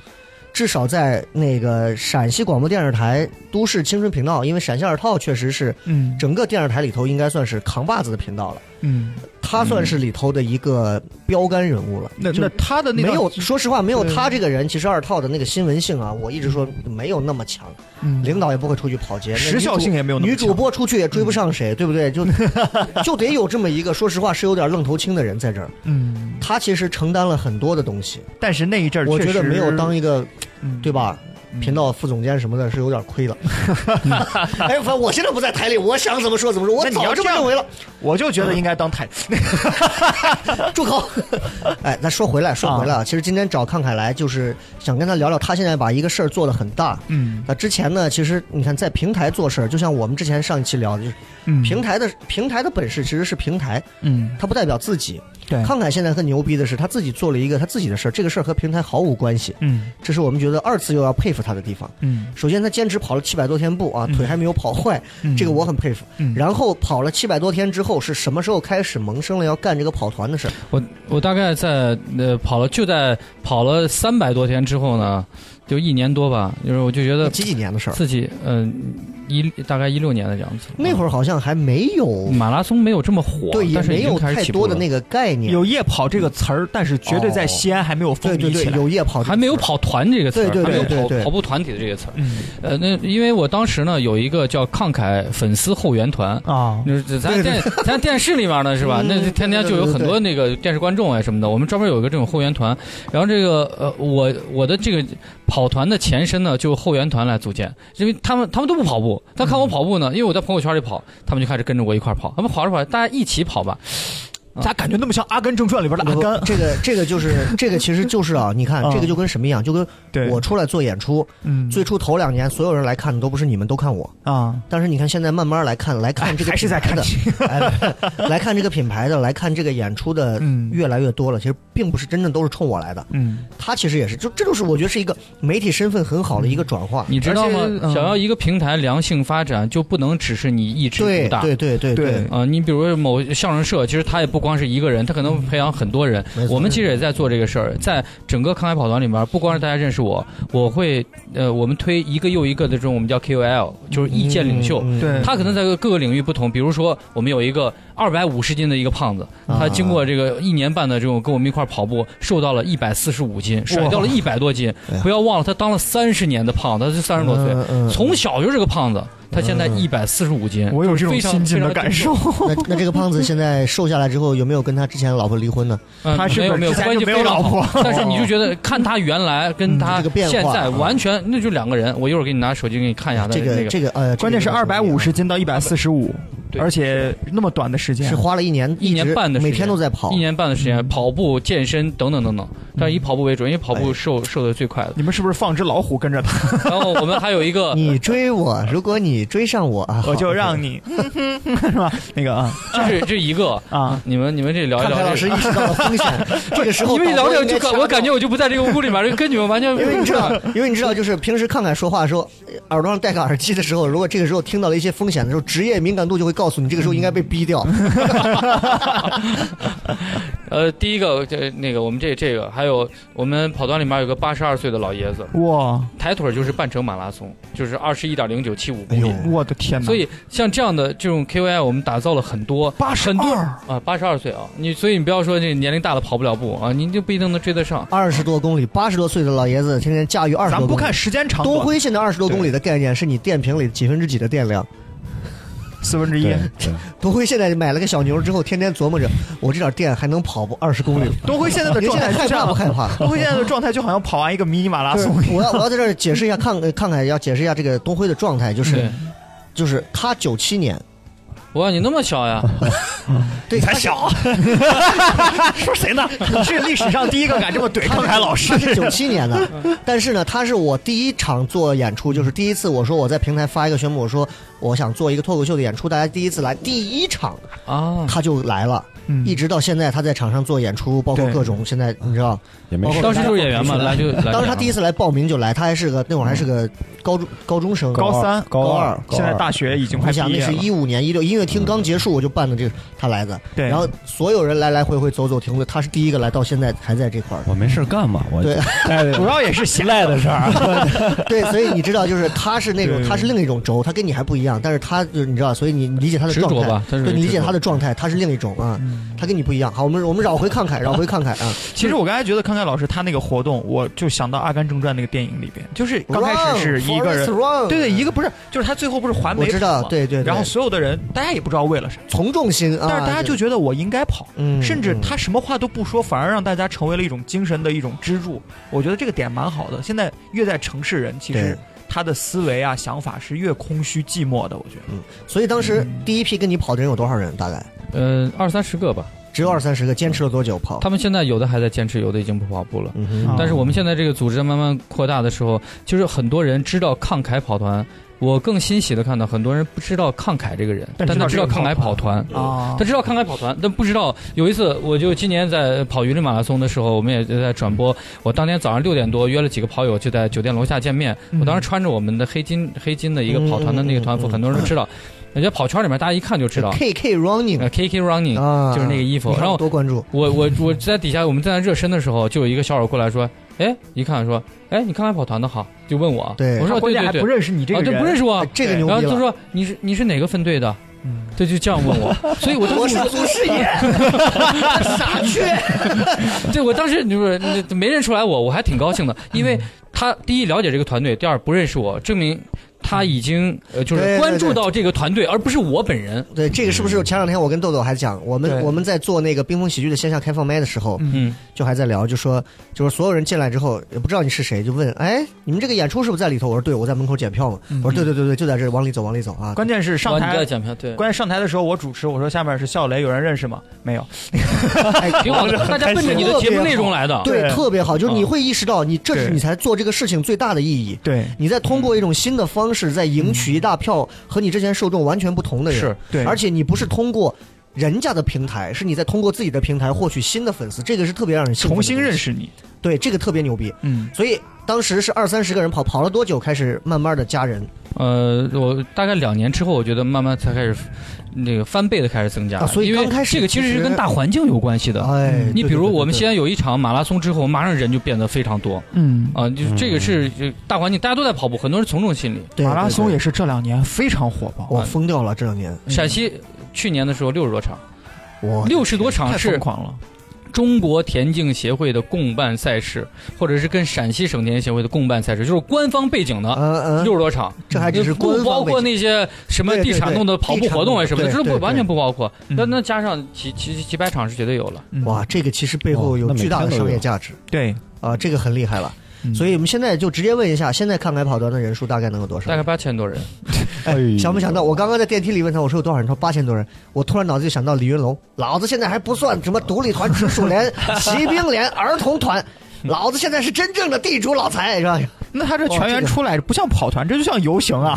B: 至少在那个陕西广播电视台都市青春频道，因为陕西二套确实是
D: 嗯
B: 整个电视台里头应该算是扛把子的频道了，
D: 嗯，
B: 他算是里头的一个标杆人物了。
D: 那
B: 就
D: 那他的那
B: 没
D: 段
B: 有，说实话，没有
D: 对
B: 他这个人，其实二套的那个新闻性啊，我一直说没有那么强，
D: 嗯
B: 领导也不会出去跑街，那
D: 时
B: 女
D: 效
B: 主
D: 性也没有那么
B: 女主
D: 强
B: 播出去也追不上谁，对不 对？就就得有这么一个，说实话是有点愣头青的人在这儿，
D: 嗯，
B: 他其实承担了很多的东西，
D: 但是那一阵儿
B: 我
D: 确
B: 觉得
D: 实
B: 没有当一个
D: 嗯
B: 对吧？频道副总监什么的，是有点 亏了。哎，反正我现在不在台里，我想怎么说怎么说，我
D: 那你
B: 早
D: 要
B: 这
D: 这
B: 么
D: 样
B: 认为了。
D: 我就觉得应该当太
B: 啊住口！ 哎，咱说回来，说回来啊，其实今天找康凯来，就是想跟他聊聊，他现在把一个事儿做得很大。
D: 嗯
B: 那之前呢，其实你看，在平台做事儿，就像我们之前上一期聊的，就是
D: 嗯
B: 平台的、平台的本事其实是平台，
D: 嗯
B: 它不代表自己。
D: 对
B: 康凯现在很牛逼的是，他自己做了一个他自己的事儿，这个事儿和平台毫无关系，
D: 嗯
B: 这是我们觉得二次又要佩服他的地方。
D: 嗯
B: 首先，他坚持跑了七百多天步啊，腿还没有跑坏，
D: 嗯
B: 这个我很佩服。
D: 嗯
B: 然后跑了七百多天之后，是什么时候开始萌生了要干这个跑团的事儿？
E: 我我大概在呃跑了就在跑了三百多天之后呢，就一年多吧，就是我就觉得
B: 几几年的事儿？
E: 自己嗯、一大概一六年的样子，
B: 那会儿好像还没有，
E: 马拉松没有这么火，
B: 对，也
E: 嗯但是
B: 没
E: 已经
B: 有
E: 开始
B: 太
E: 起步
B: 多的
E: 了
B: 那个概念。
D: 有夜跑这个词儿，但是绝对在西安还没有风
B: 对对
D: 靡
B: 哦对
D: 起，来。
B: 有夜跑这个词儿，
E: 还没有跑团这个词儿，
B: 对对对
E: 还没有
B: 对对
E: 跑跑步团体的这个词儿。
D: 嗯
E: 呃，那因为我当时呢有一个叫慷慨粉丝后援团。
D: 啊，
E: 就是咱电咱电视里面呢是吧？
B: 嗯
E: 那就天天就有很多那个电视观众啊什么的，我们专门有一个这种后援团。然后这个呃，我我的这个跑团的前身呢，就后援团来组建，因为他们他们都不跑步，他看我跑步呢，因为我在朋友圈里跑，他们就开始跟着我一块儿跑，他们跑着跑着，大家一起跑吧。
B: 嗯
D: 咋感觉那么像《阿甘正传》里边的阿
B: 不
D: 甘？
B: 这个这个就是这个，其实就是啊，你看
D: 啊
E: 嗯
B: 这个就跟什么一样，就跟
D: 对，
B: 我出来做演出，
D: 嗯
B: 最初头两年所有人来看的都不是你们，都看我。
D: 啊，
B: 但是你看现在慢慢来看，来看这 个
D: 还是在
B: 品
D: 看
B: 牌的，哎 来看这个品牌的，来看这个演出的
D: 嗯
B: 越来越多了。其实并不是真正都是冲我来的，
D: 嗯
B: 他其实也是，就这就是我觉得是一个媒体身份很好的一个转化。
E: 嗯你知道吗
D: 而且？嗯
E: 想要一个平台良性发展，就不能只是你一枝
B: 对
E: 独大。
B: 哎对对对
D: 对
E: 呃啊、你比如说某相声社，其实他也不不光是一个人，他可能培养很多人
B: 嗯没。错
E: 我们其实也在做这个事儿，在整个康海跑团里面，不光是大家认识我，我会呃，我们推一个又一个的这种我们叫 KOL，就是意见领袖。
B: 嗯
D: 对
E: 他可能在各个领域不同，比如说我们有一个二百五十斤的一个胖子，
B: 啊
E: 他经过这个一年半的这种跟我们一块儿跑步，瘦到了一百四十五斤，甩掉了一百多斤
B: 哎呀。
E: 不要忘了，他当了三十年的胖子，他是三十多岁，
B: 嗯嗯嗯
E: 从小就是个胖子，他现在一百四十五斤。
D: 我有这种
E: 非常
D: 新进的感受。
B: 那那这个胖子现在瘦下来之后，有没有跟他之前的老婆离婚呢？
E: 嗯，
D: 他是
E: 没有
D: 本
E: 没有
D: 之前
E: 关
D: 就
E: 系
D: 没
E: 非
D: 有
E: 常
D: 老
E: 好
D: 婆，
E: 但是你就觉得看他原来跟
B: 嗯
E: 他
B: 这个变化
E: 现在
B: 啊
E: 完全那就两个人。我一会儿给你拿手机给你看一下他
B: 这个
E: 那个
B: 这个呃，
D: 关键是
B: 这个
D: 二百五十斤到一百四十五，
E: 对
D: 而且那么短的时间啊
B: 是，花了一年
E: 一年
B: 直
E: 半的时
B: 每
E: 间
B: 天都在跑
E: 一。年半的时
B: 嗯
E: 间，跑步、健身等等等等，但是以跑步为主，因为跑
B: 哎
E: 步瘦瘦的最快 的。
D: 你们是不是放只老虎跟着他？
E: 然后我们还有一个
B: 你追我，如果你追上我啊，
D: 我就
B: 好
D: 让 你，是吧？那个啊
E: 这是这一个，
D: 啊，
E: 你们你们这聊一
B: 看
E: 聊
B: 开
E: 这个啊
B: 老师意识到了风 险，这个时候
E: 因为
B: 导
E: 聊
B: 播
E: 聊
B: 应该
E: 就感
B: 掐
E: 我感觉
B: 住。
E: 我就不在这个屋里面， 这跟你们完全
B: 因为你知道， 因为你知道，就是平时看看说话的时候，呃耳朵上戴个耳机的时候，如果这个时候听到了一些风险的时候，职业敏感度就会告诉你，这个时候应该被逼掉。
E: 嗯呃，第一个这那个我们这这个，还有我们跑团里面有个八十二岁的老爷子，
D: 哇，
E: 抬腿就是半程马拉松，就是二十一点零九七五公
B: 哎
E: 里
B: 呦。
D: 我的天哪！
E: 所以像这样的这种 KOL，我们打造了很多
D: 八十
E: 很多
D: 二，
E: 啊，八十二岁啊，你所以你不要说这年龄大了跑不了步啊，您就不一定能追得上。
B: 二十多公里，八十多岁的老爷子天天驾驭二十
D: 咱
B: 多
D: 不
B: 公里
D: 看。时间长
B: 东
D: 短，
B: 辉现在二十多公里的概念是你电瓶里几分之几的电量。
D: 四分之一
F: 对。对
B: 东辉现在买了个小牛之后，天天琢磨着我这点电还能跑不二十公里。
D: 东辉现在的
B: 您
D: 状
B: 现在
D: 态
B: 害
D: 就
B: 怕
D: 像
B: 不害怕？
D: 东辉现在的状态就好像跑完一个迷你马拉
B: 就是
D: 松一
B: 我
D: 样。
B: 要我要在这儿解释一下，看呃看看要解释一下这个东辉的状态，就是
E: 对，
B: 就是他九七年，
E: 哇，你那么小呀？
B: 对，他是，
D: 小，说谁呢？你 是历史上第一个敢这么怼康凯老师
B: 他。是九七年的， 但是呢，他是我第一场做演出，就是第一次我说我在平台发一个宣布，我说我想做一个脱口秀的演出，大家第一次来，第一场
E: 啊，
B: 他就来了，
D: 嗯
B: 一直到现在他在场上做演出，包括
D: 对
B: 各种现在你知道，
F: 也没事
E: 当时就是演员嘛，
B: 来
E: 来就啊来。
B: 当时他第一
E: 次，
B: 次来报名就来，他还是个那会儿还是个高中高中生，
D: 高三、
F: 高二高二。
D: 现在大学已经快
B: 你
D: 毕
B: 想那
D: 业
B: 是
D: 了。
B: 一五年一六音乐厅刚结束，我就办的这个他来的，
D: 对
B: 然后所有人来来回回走走停停，他是第一个来，到现在还在这块 儿
F: 我没事干嘛，我
B: 对
D: 主要也是闲
F: 赖的事儿，
B: 对，所以你知道，就是他是那种
D: 对
B: 他是另一种轴，他跟你还不一样，但是他就是你知道，所以你你理解他的
E: 执着
B: 状态，
E: 吧他是
B: 对，你理
E: 执
B: 解
E: 着
B: 他的状态，他是另一种啊，
D: 嗯
B: 他跟你不一样。好，我们我们绕回看看，绕回看看啊，
D: 其实我刚才觉得康凯老师他那个活动，我就想到《阿甘正传》那个电影里边，就是 刚开始是一个人
B: Run,，Forrest, run
D: 对对，一个不是，就是他最后不是环
B: 我
D: 美
B: 知道
D: 跑，嘛
B: 对对对，
D: 然后所有的人大家也不知道为了啥，
B: 从众心啊，
D: 但是大家就觉得我应该跑，
B: 嗯
D: 甚至他什么话都不说，反而让大家成为了一种精神的一种支柱。我觉得这个点蛮好的。现在越在城市人，其
B: 对
D: 实他的思维啊、想法是越空虚寂寞的。我觉得
B: 所以当时第一批跟你跑的人有多少人？大概
E: 呃，二三十个吧。
B: 只有二三十个，坚持了多久跑？
E: 他们现在有的还在坚持，有的已经不跑步了。
B: 嗯哼
D: 啊
E: 但是我们现在这个组织在慢慢扩大的时候，就是很多人知道抗凯跑团。我更欣喜的看到很多人不知道抗凯这个人，
D: 但知
E: 但
D: 道
E: 他知道
D: 这个
E: 抗凯跑团。
D: 啊
E: 他知道康凯跑团，但不知道有一次，我就今年在跑榆林马拉松的时候，我们也在转播。我当天早上六点多约了几个跑友，就在酒店楼下见面。
D: 嗯
E: 我当时穿着我们的黑金黑金的一个跑团的那个团
B: 嗯嗯
E: 服，
B: 嗯嗯
E: 很多人都知道。人家跑圈里面，大家一看就知道。
B: K K Running
E: 呃，KK Running
B: 啊，
E: 就是那个衣服
B: 你看
E: 然后
B: 多关注，
E: 我我我在底下，我们在那热身的时候，就有一个小伙过来说：“哎，一看说，哎，你看来跑团的好。”就问我，
B: 对
E: 我说：“
D: 关
E: 对
D: 键
E: 对
D: 还
E: 对，
D: 不认识你这个
E: 啊，对，
D: 人，
E: 不认识我
B: 哎。这个”牛
E: 然后
B: 逼
E: 他
B: 了。
E: 说：“你是你是哪个分队的
D: 嗯？”
E: 对，就这样问 我，所以我当
B: 我
E: 时
B: 是祖师 爷，傻缺。嗯
E: 对我当时就是那没认出来我，我还挺高兴的，因为他第一了解这个团队，第二不认识我，证明他已经呃就
B: 嗯对对
E: 是关注
B: 对
E: 到这个团队，而不是我本人。
B: 对，这个是不
E: 嗯
B: 是前两天我跟豆豆还讲，我们
D: 对
B: 我们在做那个冰封喜剧的线下开放麦的时候，
E: 嗯，
B: 就还在聊，就说就是所有人进来之后也不知道你是谁，就问，哎，你们这个演出是不是在里头？我说对，我在门口检票嘛。
E: 嗯
B: 我说对对对对，就在这儿，往里走，往里走啊。
D: 关键是上
E: 哇你在
D: 台。
E: 讲票对。
D: 关键上台的时候，我主持，我说下面是笑雷，有人认识吗？没有。
B: 哎
E: 挺好的，大家奔着你的节目内容来的。
B: 对，
D: 对
B: 特别好，
E: 哦
B: 就是你会意识到，你这是
D: 对
B: 你才做这个事情最大的意义。
D: 对
B: 你在通
E: 嗯
B: 过一种新的方式，在赢取一大票和你之前受众完全不同的人，
E: 是
D: 对
B: 而且你不是通过人家的平台，是你在通过自己的平台获取新的粉丝，这个是特别让人兴奋的
D: 重新
B: 东西
D: 认，识你。
B: 对，这个特别牛逼。
D: 嗯，
B: 所以当时是二三十个人跑，跑了多久开始慢慢的加人
E: 呃，我大概两年之后，我觉得慢慢才开始那个翻倍的开始增加，
B: 啊所以
E: 因为
B: 刚开始
E: 这个其实是跟大环境有关系的。
B: 哎，
E: 嗯你比如我们
B: 现
E: 西安有一场马拉松之后，马上人就变得非常多
D: 嗯，
E: 啊、就是这个是就大环境，大家都在跑步，很多人从众心理。
B: 对
D: 马拉松也
B: 是，
D: 是这两年非常火爆，
B: 我疯掉了这两年，
E: 陕西去年的时候六十多场，
B: 我
E: 六十多场
D: 太疯
E: 是
D: 狂了。
E: 中国田径协会的共办赛事，或者是跟陕西省田径协会的共办赛事，就是官方背景的
B: 嗯嗯，
E: 六十多场，
B: 这还只是官
E: 不
B: 方
E: 包括那些什么
B: 对对
E: 地产弄的跑步活动啊
B: 地产弄的
E: 什么的，
B: 对
E: 这都不
B: 对
E: 完全不包括。
D: 嗯
E: 那那加上几几几百场是绝对有了。
D: 嗯
B: 哇，，这个其实背后
F: 哇
B: 有
F: 那每
B: 巨大的
F: 天都
B: 商业
F: 有
B: 价值
D: 对，
B: 啊，这个很厉害了。
D: 嗯
B: 所以我们现在就直接问一下，现在看来跑团的人数大概能有多少
E: 大？概八千多人，
F: 哎
B: 想不想到？我刚刚在电梯里问他，我说有多少人？他说八千多人。我突然脑子就想到李云龙，老子现在还不算什么独立团、直属连、骑兵连、儿童团，老子现在是真正的地主老财，是吧？
D: 那嗯他这
B: 哇
D: 全
B: 这
D: 员
B: 个
D: 出来不像跑团，这就像游行 啊！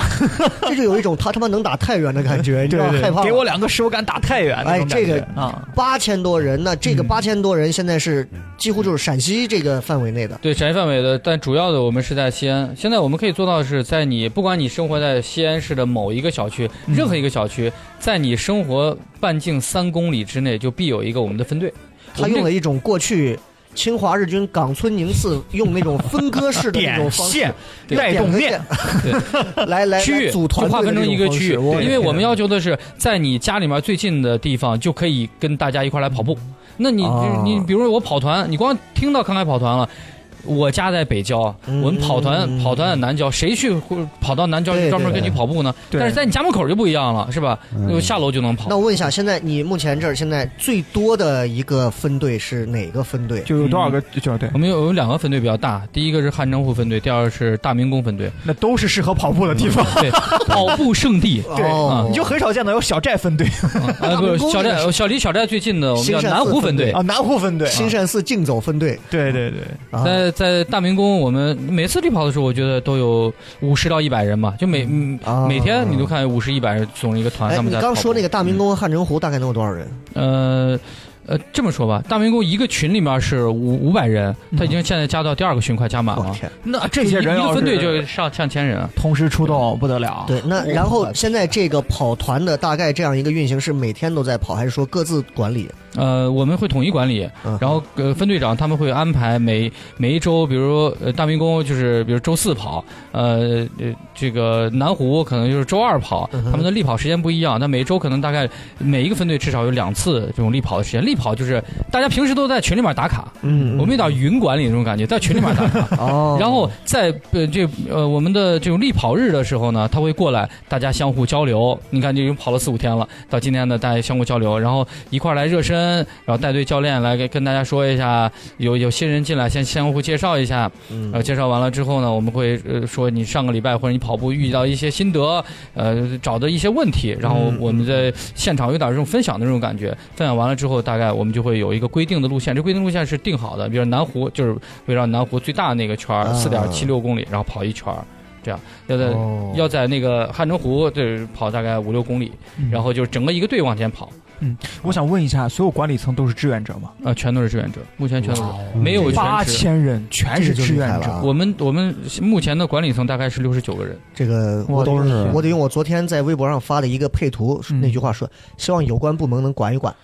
B: 这就有一种他他妈能打太原的感觉，你知道吗害怕
D: 给我两个手感打太远那
B: 哎
D: 种感
B: 这个
D: 觉啊，
B: 八千多人，那这个
D: 嗯
B: 八千多人现在是几乎就是陕西这个范围内的。
E: 对陕西范围的，但主要的我们是在西安。现在我们可以做到的是在你不管你生活在西安市的某一个小区，
D: 嗯
E: 任何一个小区，在你生活半径三公里之内，就必有一个我们的分队。
B: 他用
E: 我们这
B: 了一种过去侵华日军冈村宁次用那种分割式的那种方式，
D: 点线带动链
B: 点个线，来来
E: 区
B: 来
E: 域
B: 组团
E: 就划分成一个区域，因为我们
B: 要
E: 要求的是在你家里面最近的地方就可以跟大家一块来跑步。那你、
B: 哦
E: 你比如我跑团，你光听到慷慨跑团了。我家在北郊，
B: 嗯
E: 我们跑团、跑团在南郊，谁去会跑到南郊
B: 对
E: 专门
B: 对
E: 跟你跑步呢？
D: 对
E: 但是在你家门口就不一样了，是吧？
F: 嗯
E: 我下楼就能跑。
B: 那我问一下，现在你目前这儿现在最多的一个分队是哪个分队？
D: 就有多少个就对
E: 我，们有有两个分队比较大，第一个是汉城户分队，第二个是大明宫分队，
D: 那都是适合跑步的地方，
E: 对，跑步圣地。
D: 对啊
B: 哦
D: 你就很少见到有小寨分队
E: 啊，不是
B: 宫
E: 小
B: 那
E: 寨，小离小寨最近的我们
B: 新
E: 叫
B: 山
E: 南
B: 寺
E: 湖
B: 分
E: 分队
B: 队，
D: 啊，南湖分队，
B: 新善寺竞走分队
D: 对对对，
B: 啊，
E: 在在大明宫，我们每次力跑的时候，我觉得都有五十到一百人吧，就每、嗯
B: 啊
E: 每天你都看五十一百人总一个团，
B: 哎，
E: 他们
B: 你
E: 在
B: 刚
E: 跑
B: 说
E: 步嗯
B: 那个大明宫和汉城湖大概能有多少人？
E: 呃呃这么说吧，大明宫一个群里面是五五百人，他已经现在加到第二个群快加满
B: 我
E: 了，
B: 天，
D: 嗯那这些人
E: 一
D: 要
E: 个
D: 是
E: 分队就上上千人啊。
D: 同时出动不得了，
B: 啊对，那然后现在这个跑团的大概这样一个运行是每天都在跑，还是说各自管理？
E: 呃，我们会统一管理，
B: 嗯
E: 然后呃，分队长他们会安排每每一周，比如说呃大明宫就是比如周四跑，呃呃这个南湖可能就是周二跑，
B: 嗯哼
E: 他们的力跑时间不一样，但每周可能大概每一个分队至少有两次这种力跑的时间。力跑就是大家平时都在群里面打卡，
B: 嗯
E: 我们有点云管理那种感觉，在群里面打卡。
B: 哦，
E: 然后在呃这呃我们的这种力跑日的时候呢，他会过来，大家相互交流。你看，就已经跑了四五天了，到今天呢，大家相互交流，然后一块儿来热身，然后带队教练来跟跟大家说一下，有有新人进来，先相互介绍一下。
B: 嗯
E: 呃，介绍完了之后呢，我们会呃说你上个礼拜或者你跑步遇到一些心得，呃，找的一些问题，然后
B: 嗯
E: 我们在现场有点这种分享的这种感觉。分享完了之后，大概我们就会有一个规定的路线，这规定路线是定好的，比如南湖就是围绕南湖最大的那个圈
B: 啊
E: 儿，四点七六公里，然后跑一圈儿，这样要在、
B: 哦
E: 要在那个汉城湖这跑大概五六公里，
D: 嗯
E: 然后就是整个一个队往前跑，
D: 我想问一下，所有管理层都是志愿者吗？
E: 啊、全都是志愿者，目前全都是
B: 嗯
E: 没有全
D: 八
E: 职。
D: 千人全是志愿
B: 这个就厉害了
D: 者
B: 啊，
E: 我们我们目前的管理层大概是六十九个人。
B: 这个我
F: 都是
E: 嗯
B: 我得用我昨天在微博上发的一个配图，
D: 嗯
B: 那句话说，希望有关部门能管一 管。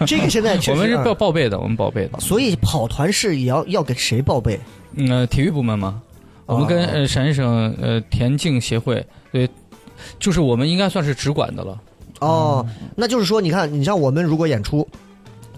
B: 这这个现在确实
E: 我们是
B: 啊
E: 报报备的，我们报备的。
B: 所以跑团是也要要给谁报备？
E: 嗯、呃，体育部门嘛，我们跟
B: 哦
E: 呃陕西省呃田径协会，对，就是我们应该算是直管的了。
B: 哦，
E: 嗯
B: 那就是说，你看，你像我们如果演出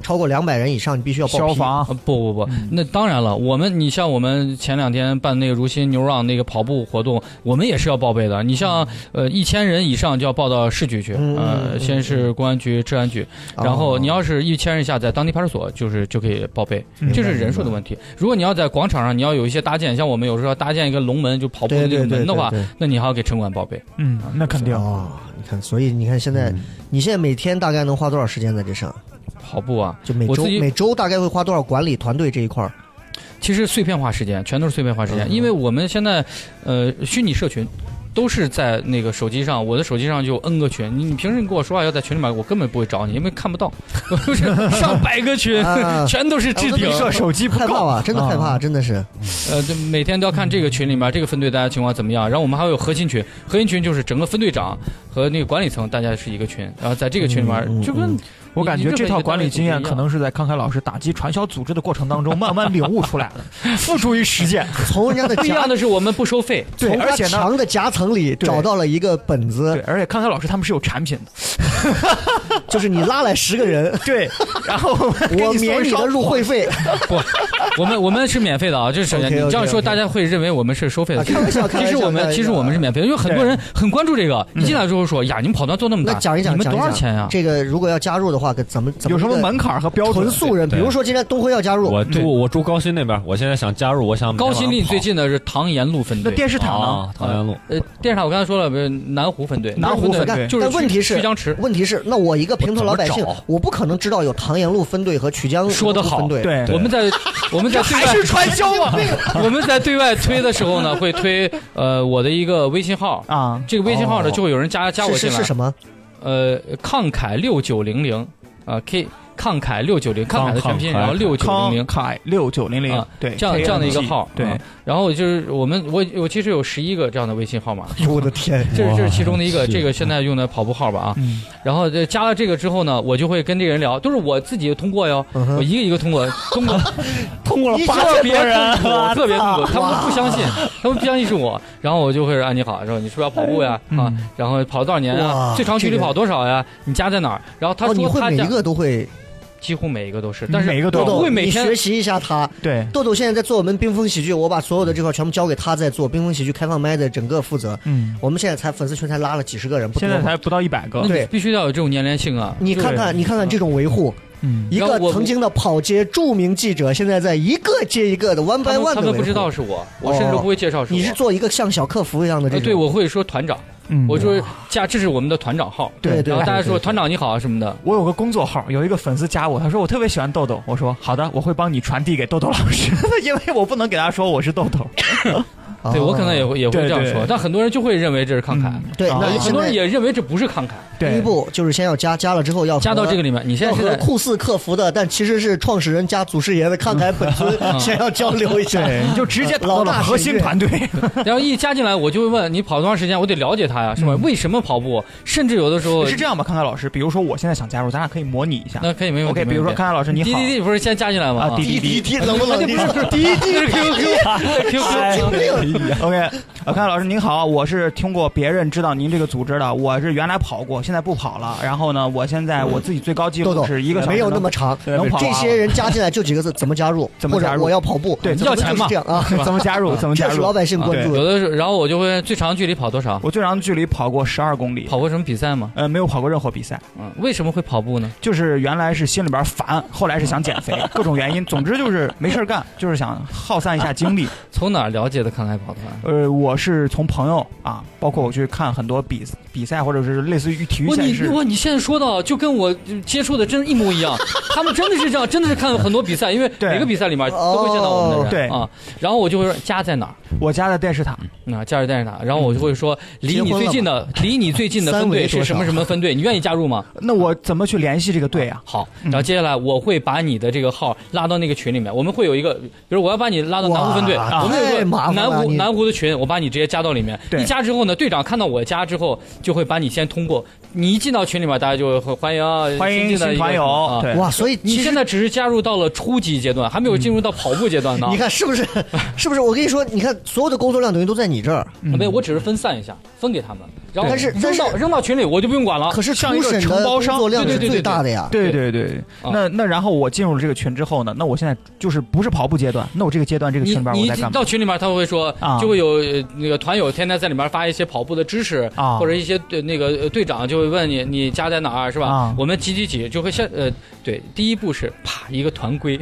B: 超过两百人以上，你必须要报批
D: 消。防
E: 啊，不不不，
B: 嗯
E: 那当然了，我们你像我们前两天办那个如新牛让那个跑步活动，我们也是要报备的。你像、呃一千人以上就要报到市局去，
B: 嗯嗯
E: 呃
B: 嗯
E: 先是公安局、治安局，
B: 哦
E: 然后你要是一千人以下，在当地派出所就是就可以报备，
D: 嗯
E: 这是人数的问题。如果你要在广场上，你要有一些搭建，像我们有时候要搭建一个龙门，就跑步
B: 对
E: 的那
B: 对
E: 个
B: 对
E: 门的话，
B: 对对
E: 那你还要给城管报备。
D: 嗯，那肯定。
B: 哦，你看，所以你看现
E: 嗯
B: 在，你现在每天大概能花多少时间在这上？
E: 跑步啊，
B: 就每
E: 我
B: 周
E: 自己
B: 每周大概会花多少管理团队这一块儿？嗯
E: 其实碎片化时间，全都是碎片化时间，因为我们现在呃虚拟社群。都是在那个手机上，我的手机上就 N 个群。你你平时你跟我说话要在群里面，我根本不会找你，因为看不到， 我就是上百个群
B: 啊，
E: 全都是置顶。
B: 啊
D: 手机啊
B: 害怕吧？真
E: 啊
B: 的害怕，真的 是。
E: 呃，对，每天都要看这个群里面这个分队大家情况怎么样。然后我们还会有核心群，核心群就是整个分队长和那个管理层大家是一个群，然后在这个群里面、
B: 嗯嗯
E: 就跟
B: 嗯
D: 我感觉这套管理经验可
E: 你
D: 能是在康凯老师打击传销组织的过程当中慢慢领悟出来 的，付诸于实践。
B: 从人家的
E: 任何一个
B: 夹，
E: 单位不一样不一样的是我们不收费，
D: 对，
B: 从
D: 而
B: 他
D: 且呢，
B: 墙的夹层里找到了一个本
D: 对
B: 子，，
D: 而且康凯老师他们是有产品的，
B: 就是你拉来十个人，
D: 对，然后我们给
B: 我
D: 你送
B: 免
D: 一
B: 你
D: 双
B: 的入会费。
E: 不， 我们我们是免费的啊，这是首先。
B: OK，OK，OK
E: 你这样说，大家会认为我们是收费的。
B: 啊开玩笑开玩
E: 其
B: 笑
E: 实我
B: 开玩
E: 们
B: 笑嗯
E: 其实我们是免费的，因为很多人很关注这个，一进来之后说呀，你们跑团做那么
B: 那
E: 大，
B: 讲一讲，
E: 你们
B: 讲一
E: 多少
B: 讲
E: 钱啊呀？
B: 这个如果要加入的话，可怎么怎么
D: 有什么
B: 一个
D: 门槛和标准
B: 纯？素人，比
G: 对
B: 如说今天东辉要加入，
G: 我
E: 对
G: 住我住高新那边，我现在想加入，我想每天
E: 嗯高新离你
G: 晚上
E: 最近的是唐岩路分
D: 那
E: 队。
D: 电视塔
G: 跑
D: 呢？
G: 啊，唐园路。
E: 呃，电视塔我刚才说了，不是南湖分队，
D: 南湖
E: 分
D: 分
E: 队
D: 队
E: 就是
B: 但问题是
E: 曲江池。
B: 问题是，那我一个平头老百姓
G: 我怎么找，
B: 我不可能知道有唐延路分队和曲江路
E: 说得好
B: 分队。
D: 对，
E: 我 们在我们在对
D: 还
E: 外
D: 是传销啊
E: 我们在对外推的时候呢，会推呃我的一个微信号，
D: 啊！
E: 这个微信号呢
B: 哦
E: 就会有人加加我
B: 是
E: 进
B: 是
E: 来
B: 是。什么？
E: 呃，慷慨六九零零啊，K 慷慨六九零，慷慨的全拼，
G: 慷慨
E: 然后六九
D: 康
E: 零零。
D: 凯六九零零
E: 啊，
D: 对，
E: 这样
D: KMG
E: 这样的一个号
D: 对
E: 啊，然后就是我们我我其实有十一个这样的微信 号码，
B: 我的天！
E: 这是这是其中的一个，
G: 哇
E: 这个现在用的跑步号吧啊。
D: 嗯，
E: 然后这加了这个之后呢，我就会跟这个人聊，都是我自己通过哟，
B: 嗯哼
E: 我一个一个 通过，通过
C: 通过了
B: 你
C: 八
B: 这
C: 千
B: 别啊
C: 多人，
E: 我特别痛苦，他们都不相信，他们不相信是我，然后我就会说啊你好，然后你是不是要跑步呀啊，然后跑多少年啊，
B: 哎嗯哇
E: 最长距离跑多少呀，你家在哪儿？然后他
B: 哦，你
E: 说
B: 会
E: 他
B: 每
E: 家
B: 一个都会，
E: 几乎每一个都是，但是
D: 啊每一个都
B: 豆
D: 有
E: 我
B: 豆，
E: 会每
B: 你
E: 天
B: 学习一下他。
D: 对，
B: 豆豆现在在做我们冰封喜剧，我把所有的这块全部交给他在做冰封喜剧开放麦的整个负责。
D: 嗯，
B: 我们现在才粉丝群才拉了几十个人，不多
D: 现在
B: 嘛。
D: 才不到一百个
E: 那，你
B: 对
E: 必须要有这种粘连性啊。
B: 你看看，你看看这种维护，
D: 嗯，
B: 一
E: 然后
B: 个
E: 我
B: 曾经的跑街著名记者，现在在一个接一个的 one by
E: 他
B: one
E: 们
B: 的
E: 他
B: 维
E: 们
B: 护。
E: 不知道是我，我甚至不会介绍是我。
B: 你是做一个像小客服一样的这
E: 呃
B: 种。
E: 对，我会说团长，
D: 嗯
E: 我说加这是我们的团长号，
B: 对对
E: 然后大家说
B: 对对对
E: 团长你好啊什么的，
D: 我有个工作号，有一个粉丝加我，他说我特别喜欢豆豆，我说好的，我会帮你传递给豆豆老师， 因为我不能给他说我是豆豆。
B: 哦
E: 对我可能也会也会
D: 对
E: 这样
D: 对
E: 说，但很多人就会认为这是慷慨，呃
D: 嗯
B: 对。
D: 啊
B: 那
E: 很
B: 现
E: 多
B: 在
E: 人也认为这不是慷慨，
B: 第一
D: 对，
B: 步就是先要加，加了之后要
E: 加到这个。里面，你现
B: 要
E: 在是
B: 和
E: 在。
B: 酷似客服的，但其实是创始人加祖师爷的慷慨本尊，先要交流一下。
D: 对，你就直 接打到了核心团队。
E: 然后一加进来，我就会问你跑多长时间，我得了解他呀，是吧？为什么跑步？甚至有的时 候
D: 是这样吧，康凯老师，比如说我现在想加入，咱俩可以模拟一下。
E: 那可以没问题。
D: OK，比如说康
E: 看
D: 凯老师你
E: 滴
D: 好
E: 滴滴不是先加进来吗？
D: 啊，滴滴
B: 滴滴
D: 滴。
B: 冷不冷？你说
E: 滴滴滴 QQ QQ，
D: 哎 OK，呃，康凯老师您好，我是通过别人知道您这个组织的，我是原来跑过，现在不跑了。然后呢，我现在我自己最高记
B: 豆
D: 录
B: 豆
D: 是一个小时
B: 没有
D: 能
B: 那么长，
D: 能跑
B: 这
D: 啊
B: 些人加进来就几个字：怎么加入？
D: 怎么加
B: 或
D: 入
B: 者我要跑步，
D: 对
B: 怎
E: 要
B: 么
E: 钱
B: 就是
E: 嘛
B: 这样啊，
D: 怎 么加入？怎么加
B: 这是
D: 入啊
B: 老？百姓关注
E: 有
B: 的。
E: 的时候，然后我就会最长距离跑多少？
D: 我最长距离跑过十二公里，
E: 跑过什么比赛吗？
D: 呃，没有跑过任何比赛，
E: 嗯，为什么会跑步呢？
D: 就是原来是心里边烦，后来是想减肥， 各种原因，总之就是没事儿干，就是想耗散一下精力。
E: 从哪儿了解的慷慨跑团？
D: 呃，我是从朋友啊，包括我去看很多比比赛，或者是类似于体育
E: 哇，
D: 赛
E: 哦你
D: 事。
E: 哇，你现在说的就跟我接触的真一模一样，他们真的是这样，真的是看很多比赛，因为
D: 对
E: 每个比赛里面都会见到我们的
D: 哦对
E: 人，啊，然后我就会说家在哪儿，啊
D: 我家的电视塔，
E: 那加入电视塔，然后我就会说
B: 嗯
E: 离
B: 结
E: 你
B: 婚
E: 最
B: 了
E: 近的离你最近的
B: 三
E: 分队
B: 围多
E: 是什么
B: 少
E: 什么分队，你愿意加入吗？
D: 那我怎么去联系这个队啊？
E: 好，
B: 嗯
E: 然后接下来我会把你的这个号拉到那个群里面，我们会有一个，比如我要把你拉到南湖分队，
B: 哇
E: 我们
B: 太
E: 有
B: 麻
E: 个
B: 烦了
E: 南湖
B: 你
E: 南湖的群，我把你直接加到里面。
D: 对
E: 一加之后呢，队长看到我加之后，就会把你先通过。你一进到群里面，大家就会欢迎啊
D: 欢迎
E: 新进的一
D: 新
E: 个
D: 团友
E: 啊。。
D: 对，
B: 哇，所以
E: 你
B: 其实
E: 现在只是加入到了初级阶段，还没有进入到跑步阶段呢。
B: 嗯
E: 啊
B: 你看是不是？是不是？我跟你说，你看所有的工作量等于都在你这儿，
E: 啊，没有，我只是分散一下，分给他们，然后
B: 但是嗯但
E: 扔
B: 是
E: 到扔到群里，我就不用管了。
B: 可是
D: 像一
B: 初
D: 个
B: 审
D: 承
B: 的
D: 包
B: 工
D: 商
B: 作量
E: 对
B: 是
E: 对对
B: 最
E: 对
B: 大的呀。
D: 对对对，
E: 啊
D: 那那然后我进入了这个群之后呢，那我现在就是不是跑步阶段，那我这个阶段这个
E: 你
D: 群里边
E: 你
D: 我
E: 一
D: 在
E: 进
D: 干嘛
E: 到？群里面，他会说，
D: 啊
E: 就会有呃那个团友天天在里面发一些跑步的知识，
D: 啊
E: 或者一些对那个呃队长就会问你你家在哪儿是吧？
D: 啊
E: 我们几几几就会先呃对，第一步是啪一个团规，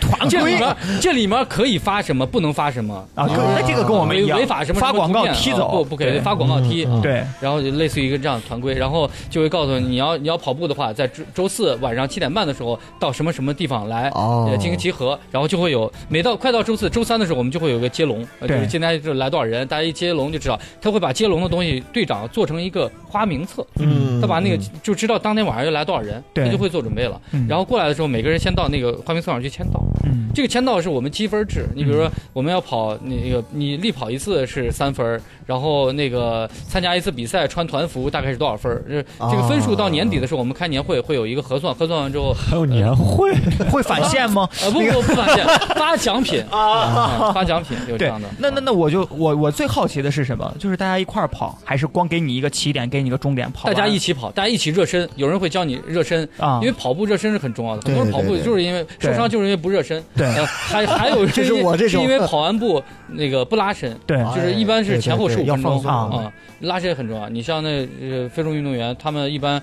E: 团 这里面这里面可以发什么，不能发什么
D: 啊，对那这个跟我们
E: 哦违
D: 一样，
E: 违法什么
D: 发
E: 什么
D: 广
E: 图
D: 告
E: 片
D: 踢
E: 啊
D: 走，
E: 不不可以
D: 对
E: 发广告踢。
G: 嗯
D: 对，
E: 然后就类似于一个这样的团规，然后就会告诉你，你要你要跑步的话，在周周四晚上七点半的时候到什么什么地方来，
B: 哦
E: 呃，进行集合，然后就会有每到快到周四、周三的时候，我们就会有一个接龙，呃就
D: 对
E: 是今天就来多少人，大家一接龙就知道，他会把接龙的东西队长做成一个花名册，
B: 嗯，
E: 他把那个就知道当天晚上要来多少人，
D: 对
E: 他就会做准备了。
D: 嗯
E: 然后过来的时候，每个人先到那个花名册上去签到。
D: 嗯
E: 这个签到是我们积分制，你比如说我们要跑那个你力跑一次是三分儿，然后那个参加一次比赛穿团服大概是多少分儿？这这个分数到年底的时候，我们开年会会有一个核算，核算完之后，
F: 还有年会，
G: 嗯
D: 会返现吗？
E: 呃不不 不发现发奖品啊，发奖品有这
D: 对
E: 样的，。啊
D: 那那那我就我我最好奇的是什么？就是大家一块儿跑，还是光给你一个起点，给你一个终点跑
E: 大
D: 完？
E: 家一起跑，大家一起热身，有人会教你热身，
D: 啊
E: 因为跑步热身是很重要的。
B: 对
E: 很多人跑步
B: 对对
E: 就是因为受伤，就是因为不热身。
D: 对
E: 呃还还有
B: 这是我这种哎
E: 因为跑完步那个不拉伸，
D: 对
E: 就是一般是前后
B: 对
E: 十
B: 对
E: 五
B: 对要
E: 分
B: 放
E: 钟
B: 松
E: 啊，拉伸很重要。你像那呃非洲运动员，他们一般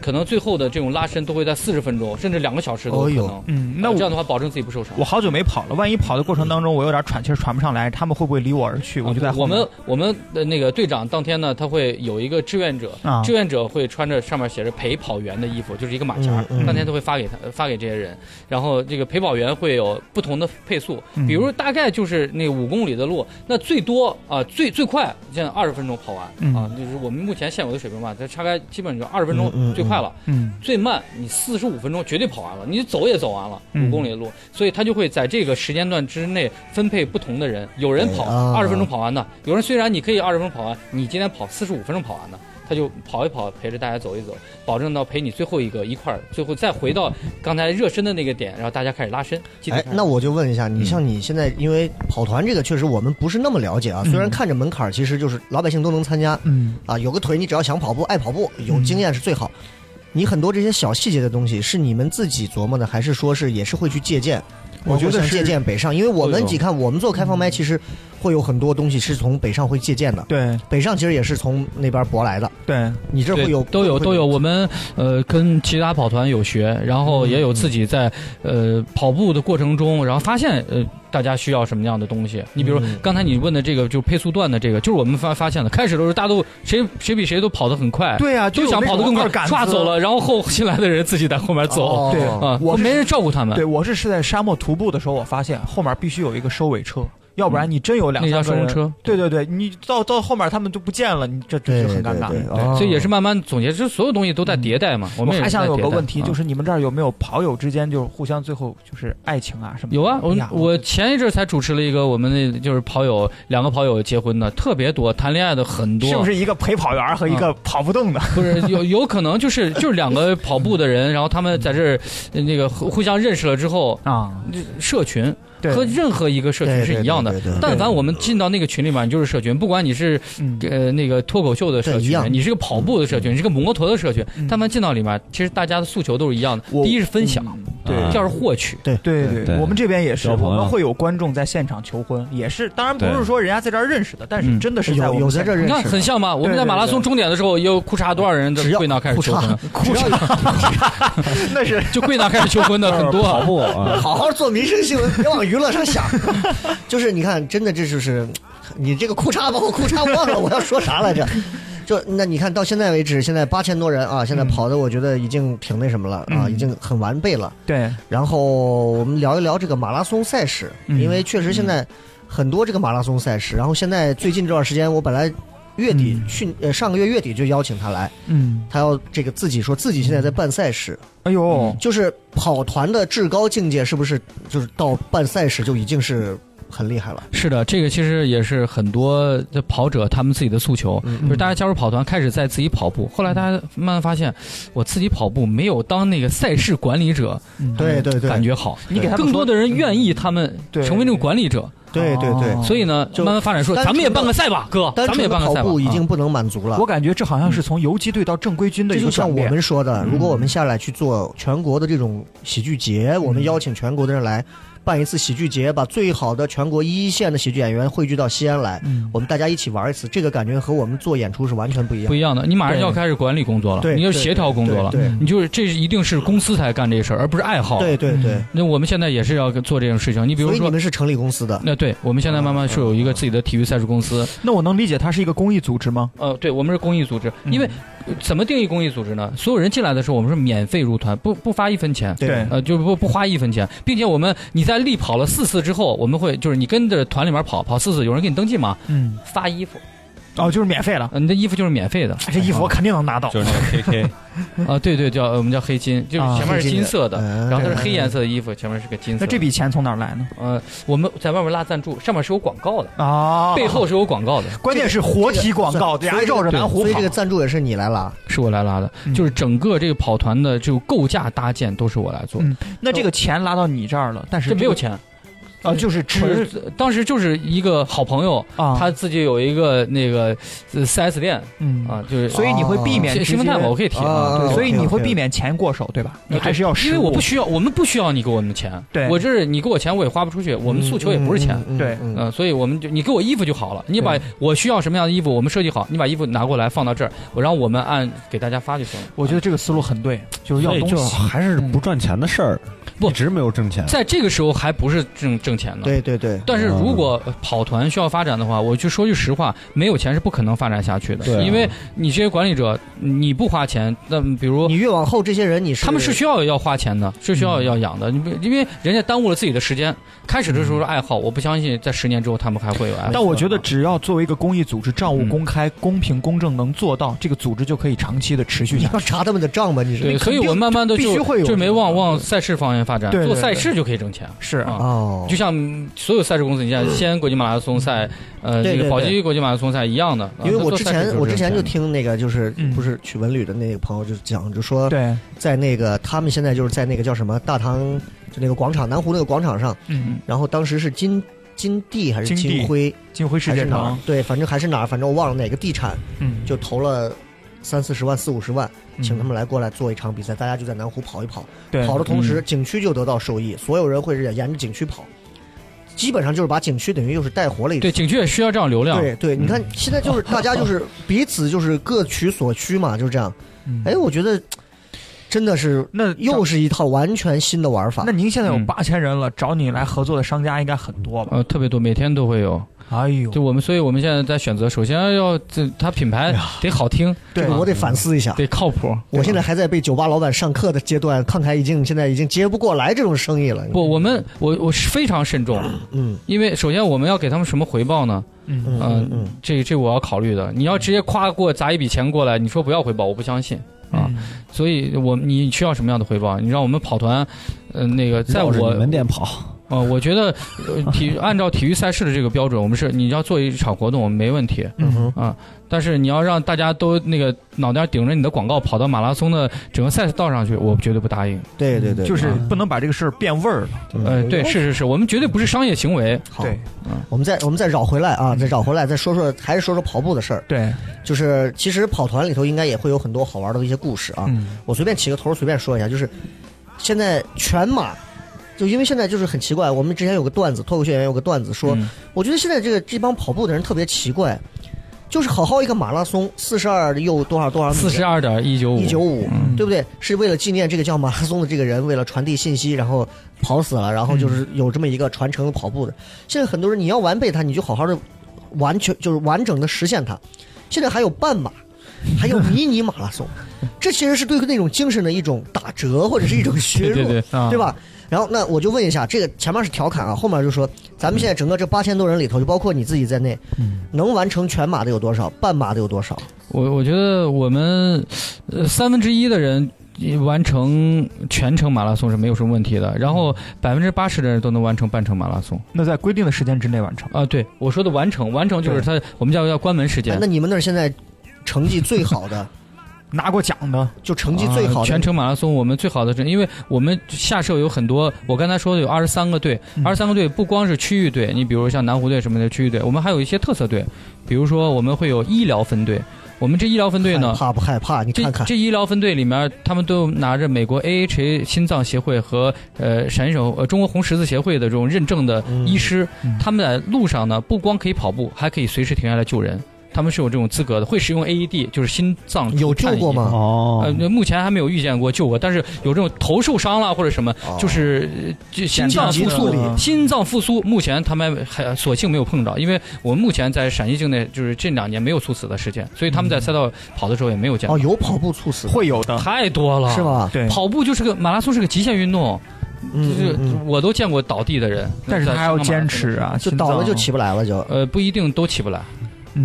E: 可能最后的这种拉伸都会在四十分钟，甚至两个小时
B: 哎
E: 都有可能。
D: 嗯，那
E: 呃
D: 我
E: 这样的话，保证自己不受伤
D: 我。好久没跑了，万一跑的过程当中我有点喘气儿喘不上来，他们会不会离我而去？我就在
E: 啊
D: 后
E: 我
D: 面
E: 们我们的那个队长当天呢，他会有一个志愿者，
D: 啊
E: 志愿者会穿着上面写着陪跑员的衣服，就是一个马甲儿，
B: 嗯嗯
E: 当天都会发给他发给这些人。然后这个陪跑员会有不同的配速，
D: 嗯
E: 比如大概就是那五公里的路，那最多啊、最最快像二十分钟跑完、
D: 嗯
E: 啊，就是我们目前现有的水平吧，它大概基本就二十分
B: 嗯
E: 钟
B: 嗯
E: 最快了。
D: 嗯
E: 最慢你四十五分钟绝对跑完了，你走也走完了
D: 嗯
E: 五公里的路，所以他就会在这个时间段之内分配不同的人，有人跑
B: 对啊
E: 二十分钟跑完的，有人虽然你可以二十分钟跑完，你今天跑四十五分钟跑完的。他就跑一跑，陪着大家走一走，保证到陪你最后一个一块儿，最后再回到刚才热身的那个点，然后大家开始拉伸。集体
B: 哎
E: 开，始
B: 那我就问一下，你像你现在，因为跑团这个确实我们不是那么了解啊，虽然看着门槛儿其实就是老百姓都能参加
D: 嗯
B: 啊，有个腿你只要想跑步、爱跑步，有经验是最好。你很多这些小细节的东西是你们自己琢磨的，还是说是也是会去借鉴？
D: 我觉
B: 包
D: 得
B: 括像
D: 是嗯
B: 借鉴北上，因为我们你看，我们做开放麦其实会有很多东西是从北上会借鉴的，
D: 对
B: 北上其实也是从那边博来的，
D: 对
B: 你这
E: 对
B: 会有
E: 都有都有，我们呃跟其他跑团有学，然后也有自己在
D: 嗯
E: 呃跑步的过程中，然后发现呃大家需要什么样的东西。你比如
B: 嗯
E: 刚才你问的这个，就是配速段的这个，就是我们发发现的。开始的时候，大家都谁谁比谁都跑得很快，
D: 对啊，
E: 就想跑得更快，唰走。了，然后后新来的人自己在后面走
B: 哦
D: 对
E: 啊，
D: 嗯我是
E: 没人照顾他们
D: 对，。我是是在沙漠徒步的时候，我发现后面必须有一个收尾车，要不然你真有两
E: 嗯那叫
D: 三
E: 顺
D: 个
E: 风
D: 人。
E: 车，
D: 对对对，你到到后面他们就不见了，你这这
B: 对
D: 就很尴尬。
B: 对对
D: 对
B: 哦
E: 所以也是慢慢总结，这所有东西都在迭代嘛。我
D: 嗯我
E: 们也
D: 还
E: 是在
D: 想有
E: 迭
D: 个
E: 代
D: 问题，
E: 啊
D: 就是你们这儿有没有跑友之间就是互相最后就是爱情啊什么的？
E: 有啊，我
D: 哎呀
E: 我前一阵儿才主持了一个我们那就是跑友两个跑友结婚的，特别多，谈恋爱的很多，啊嗯
D: 是不是一个陪跑员和一个跑不动的？
E: 不是有有可能就是就是两个跑步的人，然后他们在这儿呃那个互互相认识了之后，
D: 啊，
E: 社群
D: 对，
E: 和任何一个社群是一样的
B: 对对对对对。
E: 但凡我们进到那个群里面，你就是社群，不管你是
D: 嗯
E: 呃那个脱口秀的社
B: 对一
E: 群，
B: 样
E: 你是个跑步的社群，你是个摩托的社群
D: 嗯，
E: 但凡进到里面，其实大家的诉求都是一样的。
D: 我
E: 第一是分享，
F: 嗯
D: 对
G: 嗯
E: 第二是获取。
D: 对
F: 对
D: 对
F: 对
D: 我们这边也是，
F: 交朋
D: 我
F: 友
D: 们会有观众在现场求婚，也是，当然不是
F: 对
D: 说人家在这儿认识的，但是
E: 嗯
D: 真的是在
B: 有
D: 我们
B: 有在这
D: 现
B: 认
E: 你看
B: 识的，
E: 很像吧？我们
D: 对
E: 在
D: 对
E: 马拉松
D: 对
E: 终点的时候，也有裤衩多少人的
B: 只要
E: 跪那开始
B: 裤
E: 求
B: 衩
E: 婚，
B: 裤衩
D: 场，那是
E: 就跪那开始求 婚的很多。
F: 跑步啊，
B: 好好做民生新闻， 别往娱乐上 想。就是你看，真的这就是你这个裤衩，把我裤衩忘了，我要说啥来着？ 就那你看到现在为止，现在八千多人啊，现在跑的我觉得已经挺那什么了、啊，
D: 嗯
B: 已经很完备了。
D: 对，
B: 然后我们聊一聊这个马拉松赛事，
D: 嗯
B: 因为确实现在很多这个马拉松赛事。然后现在最近这段时间，我本来月底、
D: 嗯
B: 去呃上个月月底就邀请他来，
D: 嗯，
B: 他要这个自己说自己现在在办赛事，
D: 哎呦，
B: 就是跑团的至高境界，是不是就是到办赛事就已经是很厉害了？
E: 是的，这个其实也是很多的跑者他们自己的诉求，
B: 嗯
E: 就是大家加入跑团，开始在自己跑步，后来大家慢慢发现，我自己跑步没有当那个赛事管理者，
D: 嗯
B: 对对对，
E: 感觉好，
D: 你给他们
E: 更多
D: 说
E: 的
B: 嗯
E: 人愿意他们
D: 对
E: 成为那种管理者，
B: 对对对，
D: 哦
E: 所以呢，
B: 就
E: 慢慢发展说，
B: 单纯的
E: 咱们也办个赛吧，哥，
B: 单
E: 咱们
B: 纯
E: 也
B: 的
E: 办个
B: 跑
E: 赛吧
B: 步，已
E: 啊
B: 经不能满足了
D: 我。感觉这好像是从游击队到正规军的
B: 这
D: 一
B: 就
D: 个
B: 像
D: 转
B: 我
D: 变。
B: 们
E: 嗯嗯
B: 说的，如果我们下来去做全国的这种喜剧节，我们邀请全国的人来，办一次喜剧节，把最好的全国一线的喜剧演员汇聚到西安来，
D: 嗯
B: 我们大家一起玩一次，这个感觉和我们做演出是完全不一样
E: 不。一样的。你马上要开始管理工作了，
B: 对
E: 你要协调工作了
B: 对对对，
E: 你就是这是一定是公司才干这事儿，而不是爱好。
B: 对，对对，
E: 那我们现在也是要做这种事情。你嗯比
B: 所
E: 如
B: 以你
E: 说。
B: 们是成立公司的，
E: 那对，我们现在慢慢是有一个自己的体育赛事公司，
D: 那我能理解它是一个公益组织吗？
E: 呃，对我们是公益组织，
B: 嗯
E: 因为呃怎么定义公益组织呢？所有人进来的时候，我们是免费入团，不不发一分钱，
B: 对
E: 呃，就不不花一分钱，并且我们你在力跑了四次之后，我们会就是你跟着团里面跑跑四次，有人给你登记嘛，
D: 嗯，
E: 发衣服，
D: 哦，就是免费了，
E: 呃、你的衣服就是免费的，
D: 这衣服我肯定能拿到。
G: 就是那个 KK，
E: 啊，对对，叫我们叫黑金，就是
D: 啊
E: 前面是金色的，
B: 嗯
E: 然后它是黑颜色的衣服，前面是个金色
D: 那
E: 的。
D: 这笔钱从哪儿来呢？
E: 呃，我们在外面拉赞助，上面是有广告的，
B: 哦
D: 啊，
E: 背后是有广告的，
D: 关键是活体广告，
B: 这
D: 对，
B: 个
D: 还绕着南湖
B: 所以
D: 跑
B: 这个。赞助也是你来拉，
E: 是我来拉的，
D: 嗯
E: 就是整个这个跑团的这个构架搭建都是我来做，
D: 嗯那这个钱拉到你这儿了，但是
E: 这没有
D: 个
E: 钱，
D: 啊，就是
E: 纯
D: 只
E: 当时就是一个好朋友，
D: 啊，
E: 他自己有一个那个呃四 S 店
D: 嗯
E: 啊，就是
D: 所以你会避免
E: 新
D: 直
E: 新
D: 接
E: 闻探吧，我可以提啊，
B: 啊
E: 对
D: 对，所以你
B: OK，OK
D: 会避免钱过手，对吧？你还是要实
E: 因为我
D: 物
E: 不需要，我们不需要你给我们钱，
D: 对
E: 我这是你给我钱我也花不出去，我们诉求也不是钱，
B: 嗯，嗯
D: 对
B: 嗯嗯
E: 嗯，所以我们就你给我衣服就好了，你把
D: 对
E: 我需要什么样的衣服，我们设计好，你把衣服拿过来放到这儿，我让我们按给大家发就行了。啊
D: 我觉得这个思路很对，就是要
F: 所以
D: 东
F: 就
D: 西。
F: 还是不赚钱的事儿，
E: 嗯不
F: 一直没有挣钱。
E: 在这个时候还不是挣挣钱呢。。
B: 对对对，
E: 但是如果跑团需要发展的话，我就说句实话，没有钱是不可能发展下去的。
F: 对啊
E: 因为你这些管理者，你不花钱，那比如
B: 你越往后这些人你是
E: 他们是需要要花钱的，是需要要养的。你不因为人家耽误了自己的时间。开始的时候是爱好，我不相信在十年之后他们还会有爱好。
D: 但我觉得，只要作为一个公益组织，账务
E: 嗯
D: 公开、公平、公正能做到，这个组织就可以长期的持续
B: 你
D: 下
B: 要
D: 去。
B: 查他们的账吧，你
E: 对，
B: 是
E: 所以我
D: 肯定
E: 慢慢的
D: 必
E: 就
D: 须会有
E: 就没
D: 这个
E: 往往赛事方面发展，
D: 对对
E: 做
D: 对
E: 赛事就可以挣钱。
D: 是
E: 啊
B: 哦
E: 就，像所有赛事公司，你像西安国际马拉松赛，呃，
B: 对
E: 这
B: 对
E: 个
B: 对
E: 跑级国际马拉松赛一样的。啊
B: 因为我之前我之前就，
E: 都做赛事是这样的
B: 听那个就是
D: 嗯
B: 不是曲文旅的那个朋友就讲，就说
D: 对，
B: 在那个他们现在就是在那个叫什么大唐就那个广场南湖那个广场上，
D: 嗯，
B: 然后当时是金金地还是
D: 金地
B: 金辉
D: 金辉世
B: 还
D: 界
B: 是哪
D: 城
B: 儿，？对，反正还是哪儿，反正我忘了哪个地产
D: 嗯，
B: 就投了。三四十万、四五十万，
D: 嗯
B: 请他们来过来做一场比赛，大家就在南湖跑一跑。
D: 对嗯
B: 跑的同时，景区就得到受益，所有人会沿着景区跑，基本上就是把景区等于又是带活了一次
E: 对，。景区也需要这样流量。
B: 对
D: 嗯
B: 对，你看现在 就是大家就是彼此就是各取所需嘛，就是这样。
D: 嗯
B: 哎，我觉得真的是
D: 那
B: 又是一套完全新的玩法
D: 那。您现在有
E: 嗯
D: 八千人了，找你来合作的商家应该很多吧？
E: 呃，特别多，每天都会有。
D: 哎呦，
E: 就我们，所以我们现在在选择，首先要这它品
F: 哎
E: 牌得好听，
B: 这
D: 对
B: 个我得反思一下。
E: 得靠谱。
B: 我现在还在被酒吧老板上课的阶段，看看已经现在已经接不过来这种生意了。
E: 不，我们我我是非常慎重，
B: 嗯
E: 因为首先我们要给他们什么回报呢？
D: 嗯
B: 嗯嗯嗯，
E: 这这我要考虑的。你要直接夸给我砸一笔钱过来，你说不要回报，我不相信啊。
D: 嗯
E: 所以我你需要什么样的回报？你让我们跑团，呃，那个在
F: 绕着
E: 我
F: 你们店跑，
E: 呃，我觉得呃体按照体育赛事的这个标准，我们是你要做一场活动，我们没问题。
B: 嗯哼，
E: 啊，但是你要让大家都那个脑袋顶着你的广告跑到马拉松的整个赛道上去，我绝对不答应。
B: 对对对，
D: 就是
B: 嗯
D: 不能把这个事儿变味儿了。
B: 嗯
E: 呃，对，是是是，我们绝对不是商业行为。
B: 好。
D: 对
B: 我们再我们再绕回来啊，
D: 嗯
B: 再绕回来，再说说还是说说跑步的事儿。
D: 对，
B: 就是其实跑团里头应该也会有很多好玩的一些故事啊。
D: 嗯
B: 我随便起个头，随便说一下，就是现在全马，就因为现在就是很奇怪，我们之前有个段子，脱口秀演员有个段子说，
E: 嗯
B: 我觉得现在这个这帮跑步的人特别奇怪，就是好好一个马拉松，四十二又多少多少米，啊
E: 四十二点一九五，
B: 一九五，
E: 嗯
B: 对不对？是为了纪念这个叫马拉松的这个人，为了传递信息，然后跑死了，然后
E: 嗯
B: 就是有这么一个传承跑步的。现在很多人你要完备它，你就好好的完全就是完整的实现它。现在还有半马，还有迷你马拉 松，这其实是对那种精神的一种打折或者是一种削
E: 对
B: 弱，
E: 对对
D: 啊
B: 对吧？然后那我就问一下，这个前面是调侃啊，后面就说咱们现在整个这八千多人里头，就包括你自己在内，能完成全马的有多少？半马的有多少？
E: 我我觉得我们呃三分之一的人。完成全程马拉松是没有什么问题的，然后百分之八十的人都能完成半程马拉松
D: 那在规定的时间之内完成。
E: 啊！对我说的完成，完成就是他我们叫叫关门时
B: 哎
E: 间
B: 那，你们那儿现在成绩最好的？
D: 拿过奖的，
B: 就成绩最好的、
E: 啊全程马拉松，我们最好的是，因为我们下设有很多，我刚才说的有二十三个队，
D: 嗯
E: 二十三个队不光是区域队，你比如像南湖队什么的区域队，我们还有一些特色队，比如说我们会有医疗分队。我们这医疗分队呢
B: 害，怕不害怕？你
E: 这
B: 看看，
E: 这医疗分队里面，他们都拿着美国 AHA 心脏协会和呃陕西省呃中国红十字协会的这种认证的医师，
D: 嗯
E: 他们在路上呢不光可以跑步，还可以随时停下来救人，他们是有这种资格的，会使用 AED，就是心脏
B: 有
E: 除颤
B: 救过
E: 仪？
B: 吗？
F: 哦
E: 呃，，目前还没有遇见过救过，但是有这种头受伤了或者什么，就是呃就心脏
B: 紧急
E: 复
B: 处
E: 苏
B: 理，
E: 嗯心脏复苏，目前他们还索性没有碰着，因为我们目前在陕西境内就是近两年没有猝死的事件，所以他们在赛道跑的时候也没有见到
B: 哦，，有跑步猝死的
D: 会有的，
E: 太多了，
B: 是？吧？
D: 对，
E: 跑步就是个马拉松，是个极限运动，就
B: 嗯
E: 是
B: 嗯
E: 我都见过倒地的人，
D: 但是他还要坚持啊，
B: 嗯，
D: 嗯
B: 就倒了就起不
D: 不
B: 来了，就
E: 呃，不一定都起不来，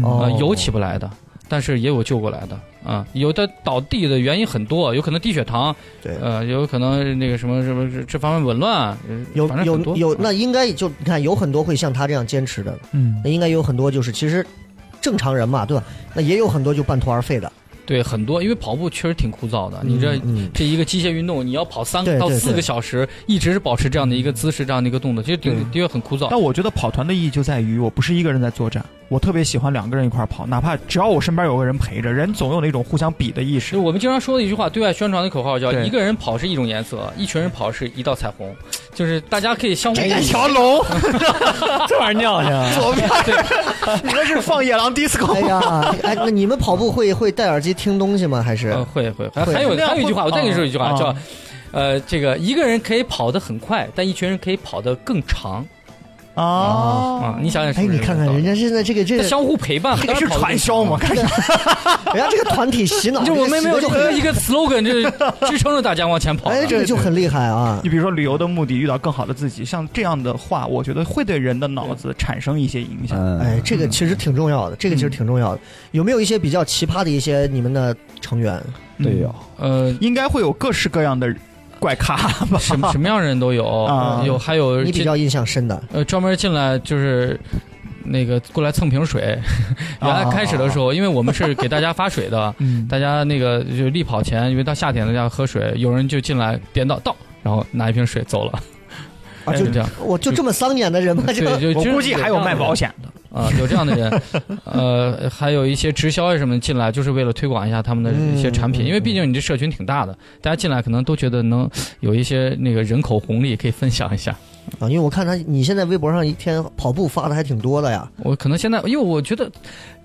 B: 哦
E: 呃，有起不来的，但是也有救过来的啊、有的倒地的原因很多，有可能低血糖，
B: 对
E: 呃，有可能那个什么什么这方面紊乱，呃
B: 有
E: 反正很
B: 有
E: 多
B: 有，
E: 啊
B: 那应该就你看，有很多会像他这样坚持的，
D: 嗯
B: 那应该有很多就是其实正常人嘛，对吧？那也有很多就半途而废的。
E: 对很多，因为跑步确实挺枯燥的，啊你这。
B: 嗯
E: 这一个极限运动，你要跑三
B: 对
E: 个到
B: 对
E: 四
B: 对
E: 个小时，一直是保持这样的一个姿势、这样的一个动作，其实挺
D: 对
E: 的确很枯燥。
D: 但我觉得跑团的意义就在于，我不是一个人在作战，我特别喜欢两个人一块儿跑，哪怕只要我身边有个人陪着，人总有那种互相比的意识
E: 就。我们经常说的一句话，对外宣传的口号叫“
D: 对
E: 一个人跑是一种颜色，一群人跑是一道彩虹”，就是大家可以相互
D: 这条龙，
C: 这玩意儿尿去啊！
D: 左边，你这是放野狼
B: 哎
D: disco 吗？
B: 呀，哎，那你们跑步会会戴耳机听东西吗？还是
E: 呃，会会，还
B: 会
E: 还有
D: 那样
E: 还有一句话，
D: 会
E: 我再给你说一句话，
D: 啊
E: 叫，呃，这个一个人可以跑得很快，但一群人可以跑得更长啊
D: 啊！，
E: 你想想是
B: 哎，
E: 不是
B: 你
E: 这个
B: 看
E: 道理？
B: 看人家现在这个这
E: 这
B: 个，
E: 相互陪伴，
D: 这个是
E: 当然跑得
D: 传销 吗？看
B: 人家这个团体洗脑，
E: 更长？就我们没有
B: 这
E: 一
B: 个洗得
E: 个
B: 就很
E: 一个 slogan，就是支撑着大家往前跑的。
B: 哎，这个就很厉害啊
D: 你。比如说旅游的目的，遇到更好的自己，像这样的话，我觉得会对人的脑子产生一些影响。
F: 嗯，
B: 哎，这个其实挺重要的，这个
E: 嗯
B: 其实挺重要的。有没有一些比较奇葩的一些你们的成员？
F: 对呀，
E: 呃，
D: 应该会有各式各样的怪咖吧？
E: 什么什么样的人都有
D: 啊，
E: 有还有
B: 你比
E: 进
B: 较印象深的？
E: 呃，专门进来就是那个过来蹭瓶水。
D: 啊
E: 原来开始的时候，因为我们是给大家发水的，
D: 嗯，
E: 大家那个就力跑前，因为到夏天了要喝水，有人就进来点到倒，然后拿一瓶水走了，
B: 啊，
E: 哎就
B: 就
E: 这样。
B: 我就这么丧眼的人吗？这
E: 对，就
D: 我
E: 就
D: 估计还有卖保险的。
E: 啊，有这样 的人，呃，还有一些直销啊什么进来，就是为了推广一下他们的一些产品，
B: 嗯
E: 因为毕竟你这社群挺大的，大家进来可能都觉得能有一些那个人口红利可以分享一下。
B: 啊，因为我看他，你现在微博上一天跑步发的还挺多的呀。
E: 我可能现在，因为我觉得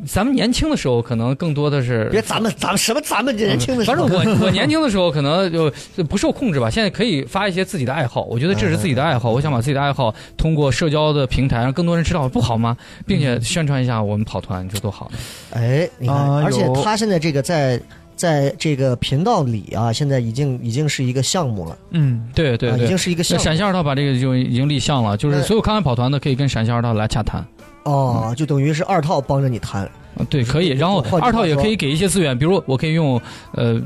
E: 咱们年轻的时候，可能更多的是嗯
B: 别咱们咱们什么咱们年轻的时
E: 反
B: 候，
E: 正我我年轻的时候可能就就不受控制吧，现在可以发一些自己的爱好，我觉得这是自己的爱好，我想把自己的爱好通过社交的平台让更多人知道，不好吗？并且宣传一下我们跑团，你说多好？
B: 哎，你看，
D: 啊
B: 而且
D: 有
B: 他现在这个在在这个频道里啊，现在已经已经是一个项目了，
D: 嗯，
E: 对对
B: 啊、已
E: 对
B: 经。是一个
E: 那
B: 项目
E: 陕西二套把这个就已经立项了，就是
B: 那
E: 所有康爱跑团的可以跟陕西二套来洽谈，
B: 哦，就等于是二套帮着你谈，
E: 嗯对，可以。然后
B: 换句话
E: 二套也
B: 说
E: 可以给一些资源，比如我可以用，呃，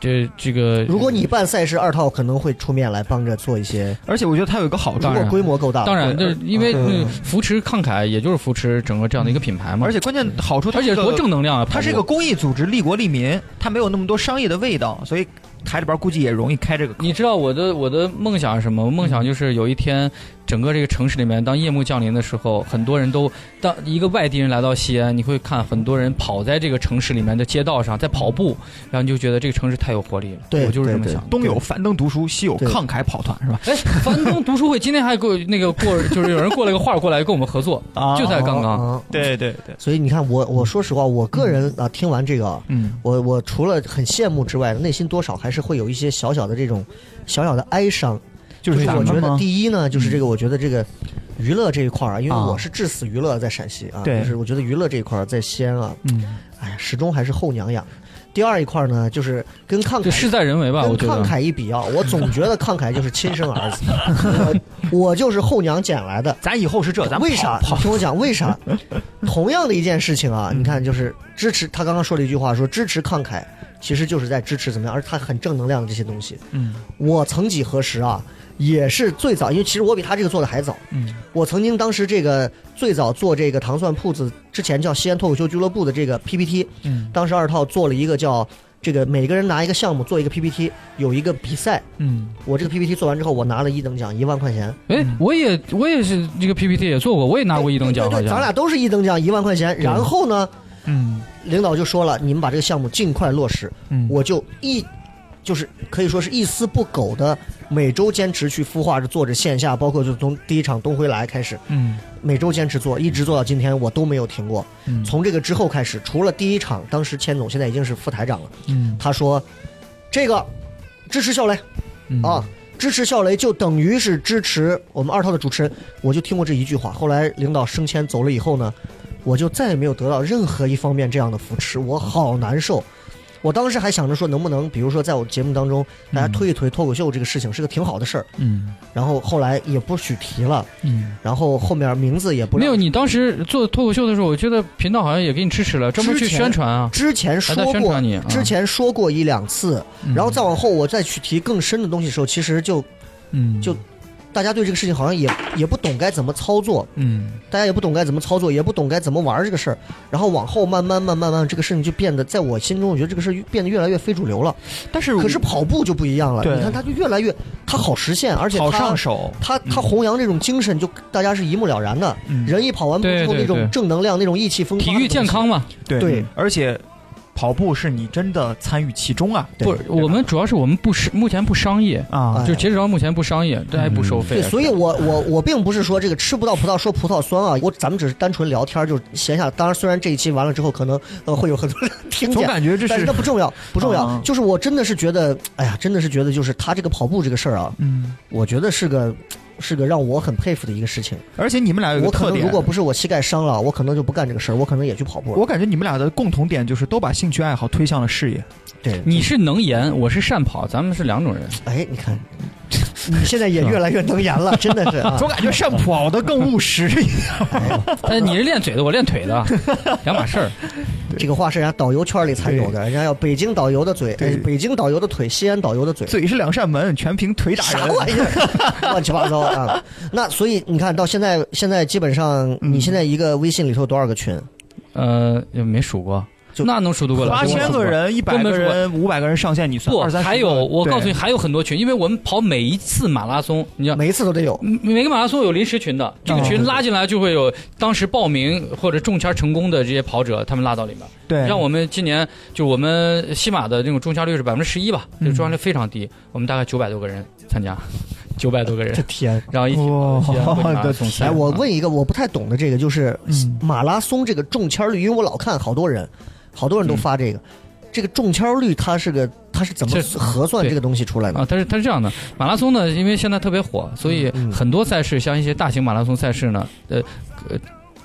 E: 这这个，
B: 如果你办赛事，二套可能会出面来帮着做一些，
D: 而且我觉得它有一个好处
B: 如
E: 当，
B: 果
E: 然
B: 规模够大，
E: 当然，就是因为
B: 嗯
E: 嗯扶持慷慨，也就是扶持整个这样的一个品牌嘛，
D: 而且关键好处它
E: 而
D: 是
E: 且
D: 一个
E: 多正能量啊！
D: 它是一
E: 跑步
D: 个公益组织，利国利民，它没有那么多商业的味道，所以台里边估计也容易开这个口。
E: 你知道我的我的梦想是什么？梦想就是有一天，整个这个城市里面，当夜幕降临的时候，很多人都当一个外地人来到西安，你会看很多人跑在这个城市里面的街道上，在跑步，然后你就觉得这个城市太有活力了。
B: 对
E: 我就是这么
B: 对
E: 想的。
D: 东有樊登读书，西有
B: 对
D: 慷慨跑团，是吧？
E: 哎，樊登读书会今天还给我那个过，就是有人过了个画过来跟我们合作，
D: 啊
E: 就在刚
B: 啊
E: 刚。
B: 啊
D: 对对对，
B: 所以你看我，我说实话，我个人啊，听完这个啊，
D: 嗯，
B: 我我除了很羡慕之外，内心多少还是会有一些小小的这种小小的哀伤。
D: 就
B: 就是
D: 咱
B: 我觉
D: 们
B: 得
D: 吗？
B: 第一呢，就是这个，我觉得这个娱乐这一块儿啊，因为
D: 啊
B: 我是至死娱乐在陕西啊，
D: 对
B: 就是我觉得娱乐这一块儿在西安啊，
D: 嗯，
B: 哎呀，始终还是后娘养。第二一块儿呢，就是跟慷
E: 这
B: 慨
E: 事。在人为吧？我
B: 跟
E: 觉
B: 慷
E: 得。
B: 慨一比啊，我总觉得慷慨就是亲生儿子，我我就是后娘捡来的。
D: 咱以后是这，咱们
B: 哎为啥？
D: 跑嗯
B: 你听我讲，为 啥？同样的一件事情啊，你看，就是支持他刚刚说了一句话，说支持慷慨，其实就是在支持怎么样，而他很正能量的这些东西。
D: 嗯
B: 我曾几何时啊，也是最早，因为其实我比他这个做的还早。
D: 嗯
B: 我曾经当时这个最早做这个糖蒜铺子之前叫西安脱口秀俱乐部的这个 PPT，
D: 嗯
B: 当时二套做了一个叫这个每个人拿一个项目做一个 PPT，有一个比赛。
D: 嗯，
B: 我这个 PPT 做完之后，我拿了一等奖一万块钱。
E: 哎，我也我也是这个 PPT 也做过，我也拿过一等奖，
B: 对
E: 好
B: 对，咱
E: 像
B: 俩。都是一等奖一万块钱。然后呢，
D: 嗯
B: 领导就说了，你们把这个项目尽快落实，
D: 嗯，
B: 我就一就是可以说是一丝不苟的每周坚持去孵化着做着线下，包括就从第一场东回来开始，
D: 嗯
B: 每周坚持做，一直做到今天，我都没有停过。
D: 嗯
B: 从这个之后开始，除了第一场，当时千总现在已经是副台长了，
D: 嗯
B: 他说这个支持笑雷
D: 嗯
B: 啊。支持笑雷就等于是支持我们二套的主持人，我就听过这一句话。后来领导升迁走了以后呢，我就再也没有得到任何一方面这样的扶持，我好难受。我当时还想着说，能不能比如说在我节目当中，大
E: 嗯
B: 家推一推脱口秀这个事情是个挺好的事儿。
D: 嗯
B: 然后后来也不许提了，
D: 嗯
B: 然后后面名字也不
E: 没有，
B: 让
E: 你当时做脱口秀的时候，我觉得频道好像也给你支持了，专门去
B: 之前
E: 宣传啊，
B: 之前
E: 还
B: 说
E: 在宣
B: 过
E: 传，你。啊
B: 之前说过一两次，
D: 嗯
B: 然后再往后我再去提更深的东西的时候，其实就
D: 嗯
B: 就大家对这个事情好像也也不懂该怎么操作，
D: 嗯
B: 大家也不懂该怎么操作，也不懂该怎么玩儿这个事儿。然后往后慢慢慢慢慢，这个事情就变得，在我心中，我觉得这个事儿变得越来越非主流了。
D: 但是
B: 可是跑步就不一样了，
D: 对
B: 你看它就越来越，它好实现，而且
D: 好
B: 它
D: 上手，
B: 他
E: 嗯
B: 他弘扬这种精神，就大家是一目了然的。
D: 嗯
B: 人一跑完步之后，
E: 对对
B: 那种
E: 对
B: 正能量、那种意气风发的
E: 体
B: 东西，
E: 育健康嘛，
D: 对
B: 对
D: 而且跑步是你真的参与其中啊，
B: 对
E: 不是，我们主要是我们不商，目前不商业，
D: 啊
B: 哎
E: 就截止到目前不商业，这还不收费
B: 对，
E: 啊。
B: 所以我我我并不是说这个吃不到葡萄说葡萄酸啊，我咱们只是单纯聊天，就是闲下。当然，虽然这一期完了之后，可能呃会有很多人听
D: 总
B: 见，
D: 感觉这
B: 但是
D: 是
B: 那不重要，不重要
D: 啊。
B: 就是我真的是觉得，哎呀，真的是觉得，就是他这个跑步这个事儿啊，
D: 嗯，
B: 我觉得是个是个让我很佩服的一个事情。
D: 而且你们俩有一
B: 我可
D: 个特
B: 能
D: 点，
B: 如果不是我膝盖伤了，我可能就不干这个事儿，我可能也去跑步了。
D: 我感觉你们俩的共同点就是都把兴趣爱好推向了事业。
B: 对，
E: 你是能言，我是善跑，咱们是 两种人。
B: 哎，你看，你现在也越来越能言了，真的是 啊。
D: 总感觉善跑的更务实 一点。
E: 但是你是练嘴的，我练腿 的，两码事儿。
B: 这个话是人家导游圈里才有的，人家要北京导游的嘴，
D: 对
B: 哎北京导游的腿，西安导游的嘴，
D: 嘴是两扇门，全凭腿打
B: 啥
D: 人。
B: 玩意儿，乱七八糟啊！那所以你看到现在，现在基本上
D: 嗯
B: 你现在一个微信里头有多少个群？
E: 呃，也没数过，
B: 就
E: 那能数得过来？
D: 八千个人、一百
E: 根
D: 个
E: 本数不
D: 人、五百个人上线，你算
E: 不
D: 二三，十个
E: 还有我告诉
D: 对
E: 你，还有很多群，因为我们跑每一次马拉松，你知
D: 嗯
E: 道。
B: 每一次都得有。
E: 每每个马拉松有临时群的，这个
B: 哦
E: 群拉进来就会有当时报名或者中签成功的这些跑者，他们拉到里面。
D: 对，
E: 像我们今年就我们西马的那种中签率是百分之十一吧，这个中签率非常低，我们大概九百多个人参加，九百多个人
B: 嗯这，天！
E: 然后一起
D: 哇
E: 西安马拉松赛
B: 哎，我问一个我不太懂的这个，就是
D: 嗯
B: 马拉松这个中签率，因为我老看好多人，好多人都发
E: 嗯
B: 这个，这个中签率它是个它是怎么
E: 这
B: 核算
E: 对
B: 这个东西出来的？
E: 啊，它是它是这样的，马拉松呢，因为现在特别火，所以
B: 嗯嗯
E: 很多赛事，像一些大型马拉松赛事呢，呃，呃，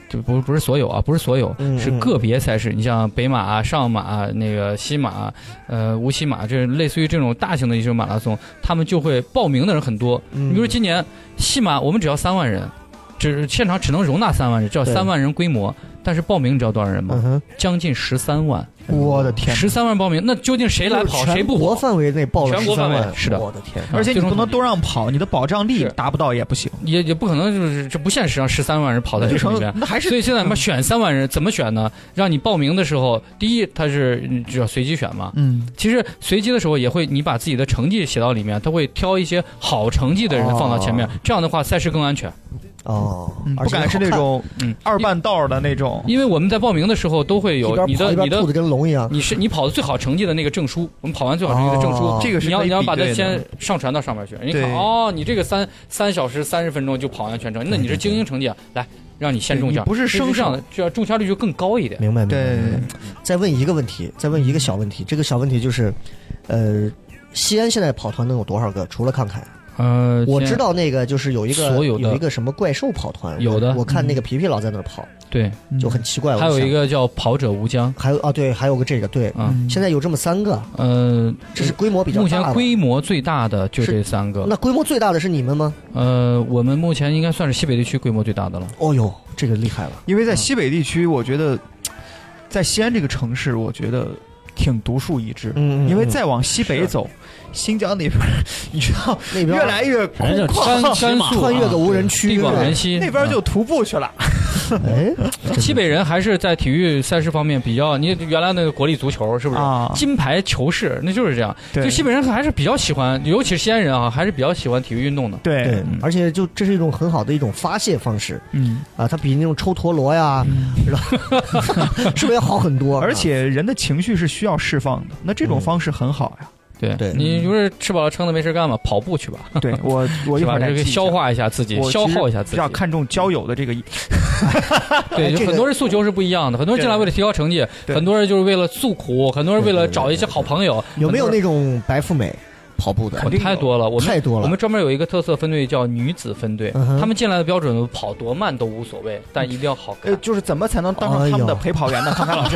E: 就不不是所有啊，不是所有，
B: 嗯
E: 是
B: 嗯
E: 个别赛事。你像北马、啊、上马啊、那个西马啊、呃无锡马，这类似于这种大型的一些马拉松，他们就会报名的人很多。
B: 嗯
E: 啊你比如今年西马，我们只要三万人，只现场只能容纳三万人，只要
B: 对
E: 三万人规模，但是报名你知道多少
B: 嗯
E: 人吗？
B: 哼。
E: 将近十三万，
D: 我的天，
E: 十三万报名，那究竟谁来跑
B: 就是
E: 谁不
B: 全国
E: 跑？
B: 范围内报了
E: 全国
B: 13
E: 范围
B: 万，
E: 是的
B: 我的天，
D: 而且你
E: 最终
D: 不能都让跑，你的保障力
E: 是
D: 达不到也不行。
E: 也也不可能就是这不现实，让啊十三万人跑在这
D: 就
E: 个
D: 成
E: 里面。
D: 那还是
E: 所以现在他妈选三万人怎么选呢？让你报名的时候，第一他是嗯就要随机选嘛。
D: 嗯
E: 其实随机的时候也会，你把自己的成绩写到里面，他会挑一些好成绩的人放到前面，这样的话赛事更安全。
B: 哦
D: 嗯，，
B: 而
D: 不
B: 且
D: 敢是那
B: 好
D: 种
E: 嗯，
D: 二半道儿的那种。
E: 因为我们在报名的时候都会有
B: 看一
E: 你
B: 边跑
E: 的
B: 一
E: 你
B: 边吐
E: 的
B: 的跟龙一样，
E: 你是你跑的最好成绩的那个证书，我们跑完最好成绩的证
B: 哦
E: 书，
D: 这个是
E: 你要
D: 可以
E: 你要把
D: 比
E: 它
D: 对的
E: 先上传到上面去，人家
D: 对
E: 看哦，你这个三三小时三十分钟就跑完全程，那你是精英成绩，啊，来让你先中
D: 你
E: 签，
D: 不是
E: 升
D: 生
E: 上的
D: 上
E: 就要中签率就更高一点。
B: 明白明白。
D: 对
B: 明白
E: 嗯
B: 再问一个问题，再问一个小问题，这个小问题就是，呃，西安现在跑团能有多少个？除了慷慨，
E: 呃，
B: 我
E: 先
B: 知道那个就是有一个
E: 所有的
B: 一个什么怪兽跑团，
E: 有的
B: 我看那个皮皮老在那儿跑，
E: 对，
D: 嗯
B: 就很奇怪。
E: 还有
B: 我就
E: 一
B: 想
E: 个叫跑者无疆
B: 还有啊，对，还有个这个
D: 嗯
B: 对，
E: 啊，
B: 现在有这么三个，
E: 呃，
B: 这是规模比较
E: 目
B: 大
E: 前
B: 的。
E: 规模最大的就是这三个。
B: 那规模最大的是你们吗？
E: 呃，我们目前应该算是西北地区规模最大的了。
B: 哦呦，这个厉害了，
D: 因
E: 嗯
D: 为在西北地区，我觉得在西安这个城市，我觉得挺独树一帜。
B: 嗯嗯
D: 因为
B: 嗯
D: 再往西北走，新疆那边儿， 你知道，
B: 那边
D: 越来越空
G: 人家
D: 旷，
E: 甘甘肃
B: 穿越个无人区，
E: 地广
B: 对
D: 嗯
E: 人稀，啊
D: 那边就徒步去了。
B: 哎，
E: 西北人还是在体育赛事方面比较，你原来那个国力足球是不是？
D: 啊
E: 金牌球市那就是这样，
D: 对
E: 就西北人还是比较喜欢，尤其是西安人啊，还是比较喜欢体育运动的。
B: 对
D: 对，，
B: 而且就这是一种很好的一种发泄方式
D: 嗯，
B: 啊，它比那种抽陀螺呀，
E: 嗯
B: 然 后是不是要好很多？啊
D: 而且人的情绪是需要释放的，那这种方式很好呀。
E: 对，
B: 对
E: 你就是吃饱了撑的没事干嘛，跑步去吧，
D: 嗯对我，嗯我一会
E: 是吧？
D: 儿
E: 这
D: 来
E: 个
D: 记一下
E: 消。化一下自己，
D: 我
E: 消
D: 其实
E: 耗一下
D: 比
E: 自己
D: 较。看重交友的这个
E: 对，
B: 这
E: 就
B: 个
E: 很多人诉求是不一样的，很多人进来为了提高成绩，
D: 对
E: 很多人就是为了诉苦，很多人为了找一些好朋友，
B: 有没有
E: 很多人
B: 那种白富美跑步的？
E: 太多了，我们
B: 太多了。
E: 我们专门有一个特色分队叫女子分队
B: 嗯哼，
E: 他们进来的标准跑多慢都无所谓，但一定要好
D: 呃，
E: 看。
D: 就是怎么才能当上他们的陪跑 员呢？康康老师，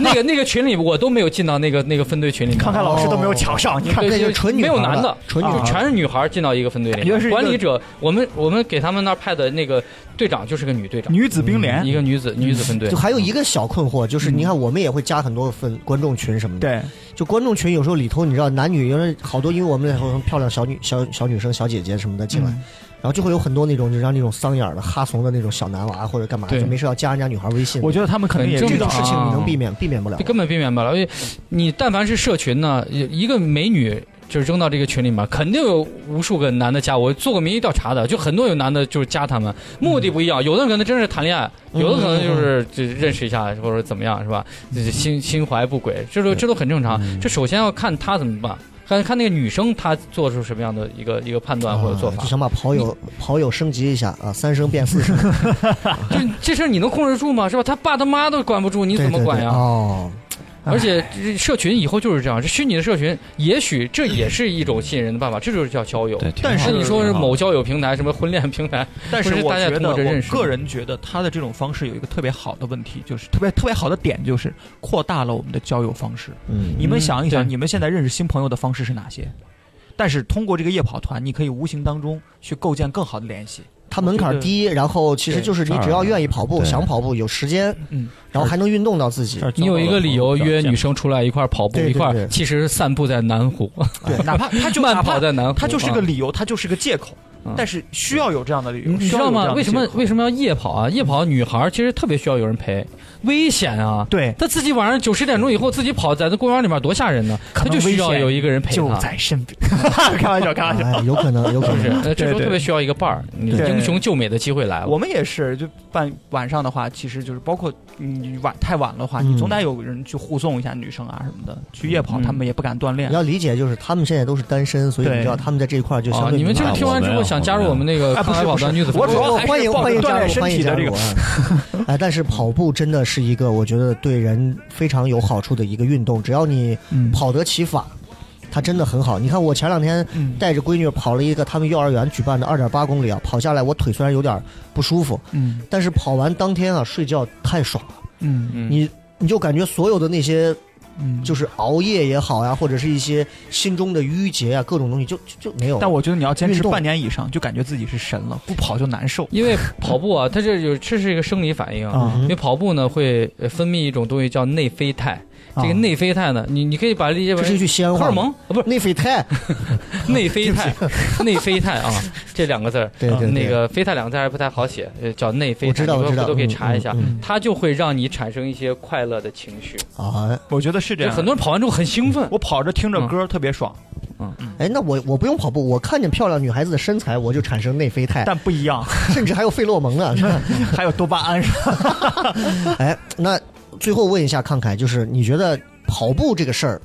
E: 那个那个群里我都没有进到那个那个分队群里面，
D: 康康老师都没有抢上，哦你看
E: 对
B: 那就是纯女
E: 没
B: 孩
E: 有
B: 了
E: 男的，
B: 纯女
E: 就
B: 孩
E: 全是女孩进到一个分队里
D: 原来是
E: 面。
D: 一个
E: 管理者，我们我们给他们那儿派的那个队长就是个女队长，
D: 女子冰联
E: 一，个女子女子分队
B: 就。还有一个小困惑，就是
E: 嗯
B: 你看我们也会加很多分观众群什么的，
D: 对，
B: 就观众群有时候里头你知道男女，因为好多因为我们那会有漂亮小女小小女生、小姐姐什么的进来，
D: 嗯
B: 然后就会有很多那种就让那种丧眼儿的哈怂的那种小男娃或者干嘛，
E: 对
B: 就没事要加人家女孩微信。
D: 我觉得他们肯定也
E: 很正
B: 这
E: 常
B: 种事情
D: 啊
B: 你能避免、避免不了
E: 这。根本避免不了，因为你但凡是社群呢，一个美女就是扔到这个群里面，肯定有无数个男的加。我做过民意调查的，就很多有男的就是加他们，目的不一样，有的可能真是谈恋爱，
B: 嗯
E: 有的可能就是就认识一下或者怎么样，是吧？这这心心怀不轨，这都这都很正常。
B: 嗯
E: 这首先要看他怎么办，看看那个女生她做出什么样的一个一个判断或者做
B: 啊
E: 法
B: 就。想把跑友跑友升级一下啊，三声变四声，
E: 就这事儿你能控制住吗？是吧？他爸他妈都管不住，你怎么
B: 对对
E: 管
B: 对
E: 呀？
B: 哦，
E: 而且这社群以后就是这样，这虚拟的社群，也许这也是一种吸引人的办法，这就是叫交友。
G: 对，挺
D: 但
G: 好
E: 那
D: 是
E: 你说是
G: 挺好
E: 某交友平台，什么婚恋平台，
D: 但是
E: 不是
D: 我
E: 大家
D: 觉
E: 通
D: 得，
E: 过这认
D: 我
E: 识
D: 个人觉得他的这种方式有一个特别好的问题，就是特别特别好的点，就是扩大了我们的交友方式。
B: 嗯，
D: 你们想一想，
E: 对
D: 你们现在认识新朋友的方式是哪些？但是通过这个夜跑团，你可以无形当中去构建更好的联系。
B: 它门槛低，然后其实就是你只要愿意跑步、
F: 对
B: 想跑步、有时间，
D: 嗯，
B: 然后还能运动到自己
G: 这，儿
E: 你有一个理
F: 嗯
E: 由约女生出来一块儿跑步，
B: 对对
E: 一块
B: 对
E: 儿其实散步在南湖，
D: 对，哪 怕他就
E: 慢
D: 哪
E: 跑
D: 怕
E: 在南湖，
D: 他就是个
E: 啊。
D: 理由，他就是个借口
E: 嗯，
D: 但是需要有这样的理由，
E: 你你
D: 需
E: 知
D: 要
E: 道
D: 有这样
E: 吗？
D: 的
E: 为什么
D: 借口
E: 为什么要夜跑啊？夜跑女孩儿其实特别需要有人陪，危险啊！
D: 对，
E: 她自己晚上九十点钟以后自己跑，在那公园里面多吓人呢。她
D: 可能
E: 就需要
D: 危险
E: 有一个人陪
D: 就
E: 她，
D: 在身边？ 开玩笑，开玩笑。
B: 哎，有可能，有可
E: 是 不是
B: 能，？
E: 呃这时
D: 嗯
E: 候
D: 对对
E: 特别需要一个伴儿，你
D: 对
E: 英雄救美的机会来了。
D: 我们也是，就半晚上的话，其实就是包括你晚太晚了的话，
B: 嗯
D: 你总得有人去护送一下女生啊什么的。去夜跑，
E: 嗯
D: 他们也不敢锻炼
B: 你。要理解，就是他们现在都是单身，所以你
D: 对哦
B: 知道他们在这一块儿就相
E: 啊，
B: 对
E: 你们
B: 敏
E: 就是
B: 感
E: 听完之后想加
B: 啊
E: 入我们那个
D: 哎，不
E: 康
D: 是
E: 海宝
D: 不是
E: 藏女子，分
D: 我
E: 队
D: 主要还
B: 欢
D: 是
B: 迎
D: 抱
B: 欢
D: 着
B: 迎加
D: 锻炼
B: 入，
D: 身
B: 欢迎
D: 体
B: 加
D: 的这
B: 入
D: 个。
B: 啊！ 哎，但是跑步真的是一个我觉得对人非常有好处的一个运动，只要你
D: 嗯
B: 跑得起法，它真的很好。你看我前两天
D: 嗯
B: 带着闺女跑了一个他们幼儿园举办的二点八公里啊，跑下来我腿虽然有点不舒服，
D: 嗯
B: 但是跑完当天啊睡觉太爽了，
D: 嗯
E: 嗯
B: 你你就感觉所有的那些
D: 嗯，。
B: 就是是熬夜也好呀，或者是一些心中的郁结啊，各种东西就就就没有了。
D: 但我觉得你要坚
B: 运
D: 持
B: 动
D: 半年以上，就感觉自己是神了，不跑就难受。
E: 因为跑步啊，它这有这是一个生理反应。
B: 嗯
D: 啊
E: 因为跑步呢，会呃分泌一种东西叫内啡肽。这个内啡肽呢，你你可以把它理解为
B: 啊这是一句西安
E: 荷
B: 话，
E: 尔蒙，啊不是
B: 内啡 肽，
E: 内啡肽，内啡肽啊，这两个字儿，啊
B: 对对对
E: 那个啡肽两个字还不太好写，呃叫内啡
B: 我
E: 肽，
B: 知
E: 你
B: 道我
E: 们
B: 知道，
E: 都可以
B: 嗯
E: 查一下
B: 嗯。嗯
E: 它就会让你产生一些快乐的情绪，
B: 啊，
D: 我觉得是这
E: 就
D: 样。
E: 很多人嗯跑完之后很兴奋，
D: 我跑着听着歌特别爽，
B: 哎，那我我不用跑步，我看见漂亮女孩子的身材，我就产生内啡 肽，
D: 但不一样，
B: 甚至还有费洛蒙呢。是吧
D: 还有多巴胺是吧
B: 哎，那最后问一下康凯，就是你觉得跑步这个事儿，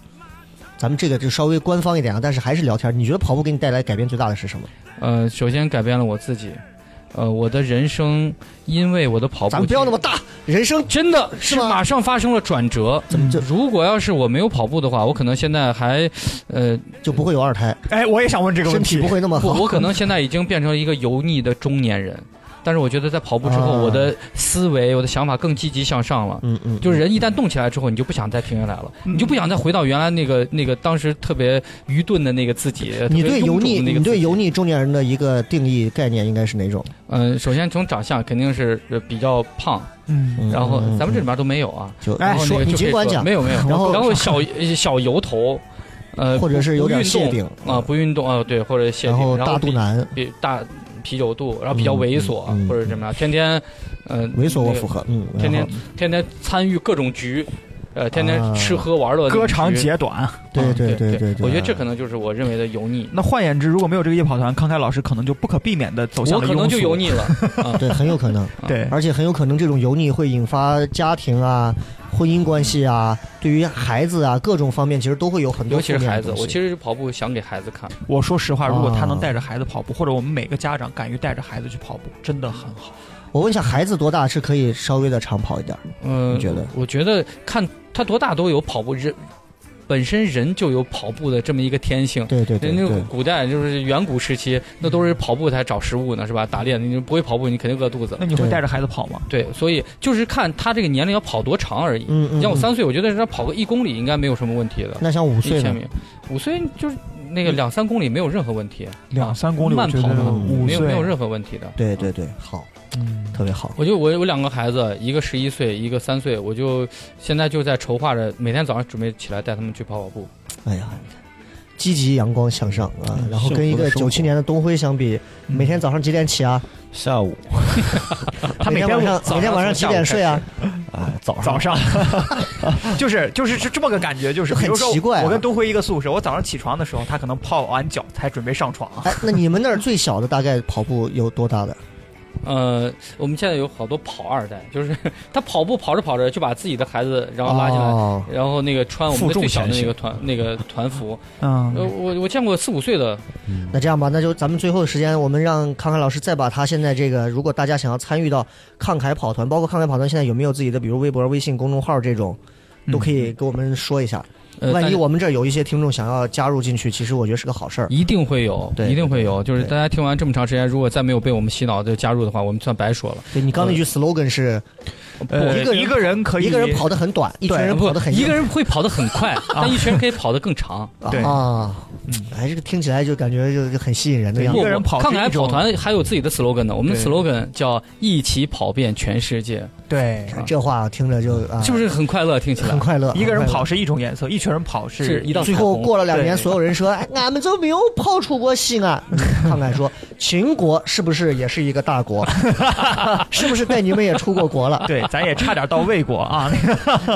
B: 咱们这个就稍微官方一点啊，但是还是聊天。你觉得跑步给你带来改变最大的是什么？
E: 呃，首先改变了我自己，呃，我的人生因为我的跑步，
B: 咱们不要那么大，人生
E: 真的
B: 是
E: 是
B: 吗
E: 马上发生了转折。
B: 怎么就
E: 如果要是我没有跑步的话，我可能现在还，呃，
B: 就不会有二胎，
D: 哎，我也想问这个问
B: 身体
D: 题
B: 不。会那么
E: 不，
B: 好。
E: 我可能现在已经变成了一个油腻的中年人。但是我觉得在跑步之后，
B: 啊
E: 我的思维、我的想法更积极向上了。
B: 嗯嗯，
E: 就是人一旦动起来之后，你就不想再停下来了，
D: 嗯
E: 你就不想再回到原来那个那个当时特别愚钝的那个自己。特别
B: 你对油
E: 臃肿
B: 腻，
E: 的那个
B: 你对
E: 自己
B: 油腻中年人的一个定义概念应该是哪种？
E: 嗯，首先从长相肯定是呃比较胖，
D: 嗯，
E: 然后咱们这
B: 嗯
E: 里面都没有啊。
B: 就
D: 哎
E: 然后那
B: 说
E: 个
B: 你
E: 就可以
B: 尽管讲
E: 没，有没有，
B: 然后
E: 然后小 小油头，呃，
B: 或者是有点
E: 不运
B: 谢
E: 动
B: 顶
E: 啊，不运动啊，对，或者谢
B: 然
E: 顶，
B: 后
E: 然
B: 大
E: 后
B: 肚
E: 比
B: 腩，
E: 比大啤酒肚，然后比较猥琐、
B: 嗯嗯
E: 或者怎么样，天天，呃，
B: 猥琐我
E: 那个
B: 符合，嗯，然
E: 天天
B: 后
E: 天天参与各种局，呃，天天
B: 啊
E: 吃喝玩乐，
D: 割长。截短。
B: 对对
E: 嗯对
B: 对对对，啊
E: 我觉得这可能就是我认为的油腻，
D: 那换言之，如果没有这个夜跑团，康凯老师可能就不可避免的走向
E: 我
D: 了
E: 可能就
D: 庸俗
E: 油腻了。
B: 对很有可 能，
D: 对，
B: 而且很有可能这种油腻会引发家庭啊、婚姻关系啊，对于孩子啊各种方面，其实都会有很多
E: 尤其
B: 负面
E: 是
B: 的
E: 孩子，
B: 东西
E: 我其实是跑步想给孩子看，
D: 我说实话，如果他能
B: 啊
D: 带着孩子跑步，或者我们每个家长敢于带着孩子去跑步，真的很好。
B: 我问一下，孩子多大是可以稍微的长跑一点儿？
E: 嗯，
B: 你觉得？
E: 我觉得看他多大都有跑步人，本身人就有跑步的这么一个天性。
B: 对对对
E: 那个
B: 对，
E: 古代就是远古时期，那都是跑步才找食物呢，是吧？打猎，你不会跑步，你肯定饿肚子
D: 那。你会
B: 对
D: 带着孩子跑吗？
E: 对，所以就是看他这个年龄要跑多长而已。
B: 嗯嗯，
E: 你像我
B: 嗯
E: 三岁，我觉得让他跑个一公里应该没有什么问题的。
B: 那像五岁
E: 一千
B: 呢？嗯
E: 米，五岁就是那个两三公里没有任何问题，
D: 两三公里，
E: 慢
D: 我觉
E: 跑
D: 得
E: 嘛
D: 五
E: 没有
D: 岁
E: 没有任何问题的。
B: 对对对，好，
D: 嗯
B: 特别好。
E: 我就我我两个孩子，一个十一岁，一个三岁，我就现在就在筹划着，每天早上准备起来带他们去跑跑步。
B: 哎呀，积极阳光向上啊！
E: 嗯
B: 然后跟一个
F: 幸福的生活
B: 九七年的东辉相比，每天早上几点起 啊？
F: 下午
D: 他每
B: 天
D: 天
B: 晚上
E: 早上
B: 每天晚上
E: 从
B: 几
E: 下午
B: 点睡啊？
F: 哎，早上
D: 早上， 就是就是是这么个感觉，就是
B: 就很
D: 比如说
B: 奇怪啊
D: 我跟东辉一个宿舍，我早上起床的时候，他可能泡完脚才准备上床。
B: 哎，那你们那儿最小的大概跑步有多大的？
E: 呃，我们现在有好多跑二代，就是他跑步跑着跑着就把自己的孩子然后拉进来。
B: 哦
E: 然后那个穿我们的
F: 负重
E: 最小的
F: 前
E: 那
F: 行
E: 个团那个团服，呃，
D: 嗯，
E: 我我见过四五岁的，
B: 那这样吧，那就咱们最后的时间，我们让康凯老师再把他现在这个，如果大家想要参与到康凯跑团，包括康凯跑团现在有没有自己的，比如微博、微信公众号这种，都可以给我们说一下。嗯
E: 呃
B: 万
E: 但
B: 一
E: 是
B: 我们这儿有一些听众想要加入进去，其实我觉得是个好事儿。
E: 一定会有，
B: 对
E: 一定会有。就是
B: 对
E: 大家听完这么长时间，如果再没有被我们洗脑就加入的话，我们算白说了。
B: 对你刚那句 slogan 是
D: 呃
B: 一个人
D: 一个人可以
B: 一个人跑得很短，一群
E: 啊
B: 人
E: 不
B: 跑得，很
E: 一
B: 硬
E: 个人会跑得很 快，但一群人可以跑得更长。
D: 对
B: 啊，哎，这个听起来就感觉就就很吸引人的样
D: 一
B: 子。
D: 个人跑
E: 看
D: 是
E: 来
D: 一种
E: 跑团还有自己的 slogan 呢，我们的
D: 对
E: slogan 叫“一起跑遍全世界
D: 对，
B: 这话听着就啊，”，
E: 是不是很快乐？听起来
B: 很快乐？
D: 一个人
B: 很快乐
D: 跑是一种颜色，一群人跑
E: 是
D: 是
E: 一道
B: 最
E: 彩
B: 后
E: 虹。
B: 过了两年，
D: 对
B: 所有人说：“哎，俺们都没有跑出过西安。” 看看说，秦国是不是也是一个大国？ 是不是带你们也出过国了？
D: 对，咱也差点到魏国啊。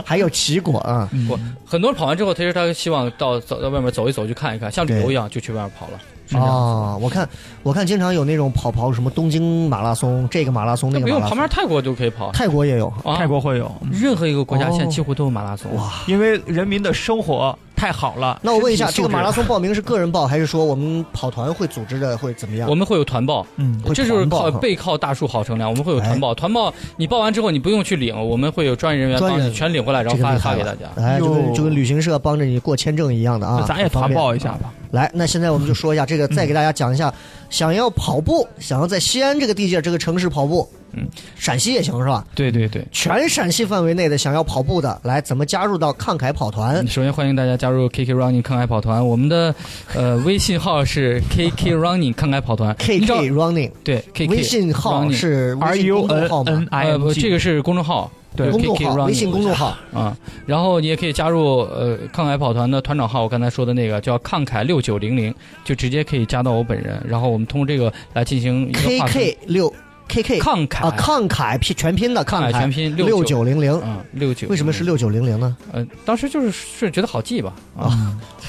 B: 还有齐国啊，
E: 我很多人跑完之后，其实他希望到走到外面走一走，去看一看，像旅游
B: 对
E: 一样就去外面跑了。
B: 哦，我看我看经常有那种跑跑什么东京马拉松，这个马拉松那
E: 那
B: 个
E: 不
B: 马
E: 用，
B: 拉
E: 旁
B: 松
E: 边，泰国就可以跑
B: 泰国也有。
E: 啊。
D: 泰国会有，
E: 任何一个国家现在
B: 哦
E: 几乎都有马拉松。哇，
D: 因为人民的生活太好了。
B: 那我问一下，
D: 身体
B: 这
D: 素
B: 个
D: 质
B: 马拉松报名是个人报，还是说我们跑团会组织的，会怎么样
E: 我？们会有团报，
D: 嗯
B: 会
E: 这就是
B: 团报哎
E: 靠
B: 哈
E: 背靠大树好乘凉。我们会有团报，团报你报完之后，你不用去领，我们会有专业人员
B: 专业
E: 帮你
B: 人
E: 全领回来，然后
B: 这个
E: 发
B: 厉害
E: 发给大
B: 了
E: 家。
B: 哎，就跟
D: 哟
B: 就跟旅行社帮着你过签证一样的啊。
D: 那咱也
B: 很方
D: 团
B: 便
D: 报一下吧。
B: 来，那现在我们就说一下这个，再给大家讲
E: 嗯
B: 一下，想要跑步，想要在西安这个地界、这个城市跑步，
E: 嗯，
B: 陕西也行是吧？
E: 对对对。
B: 全陕西范围内的想要跑步的，来怎么加入到抗凯跑 团？
E: 嗯首先欢迎大家加入 KK Running 抗癌跑团，我们的 呃微信号是 KK Running 抗癌跑团你
B: KK
E: 知道
B: Running
E: 对 KK
B: 微信号
E: Running
B: 是
D: R
B: 微信
D: U
B: 公众
D: N
B: 号
D: N
B: 吗？
D: I
E: 呃
D: N E
E: 不，
D: G，
E: 这个是公众号，
D: 对
B: 公众
E: KK
B: 号，
E: Running
B: 微信公众号，
E: 啊、然后你也可以加入呃抗癌跑团的团长号，我刚才说的那个叫抗凯六九零零，就直接可以加到我本人，然后我们通过这个来进行一个话题
B: KK 六 KK
E: 抗凯
B: 啊，抗凯拼全拼的
E: 抗
B: 抗
E: 全
B: 凯
E: 拼
B: 六
E: 九
B: 九零零，
E: 嗯六九
B: 为什么是？六九零零呢？
E: 呃，当时就是是觉得好记吧啊，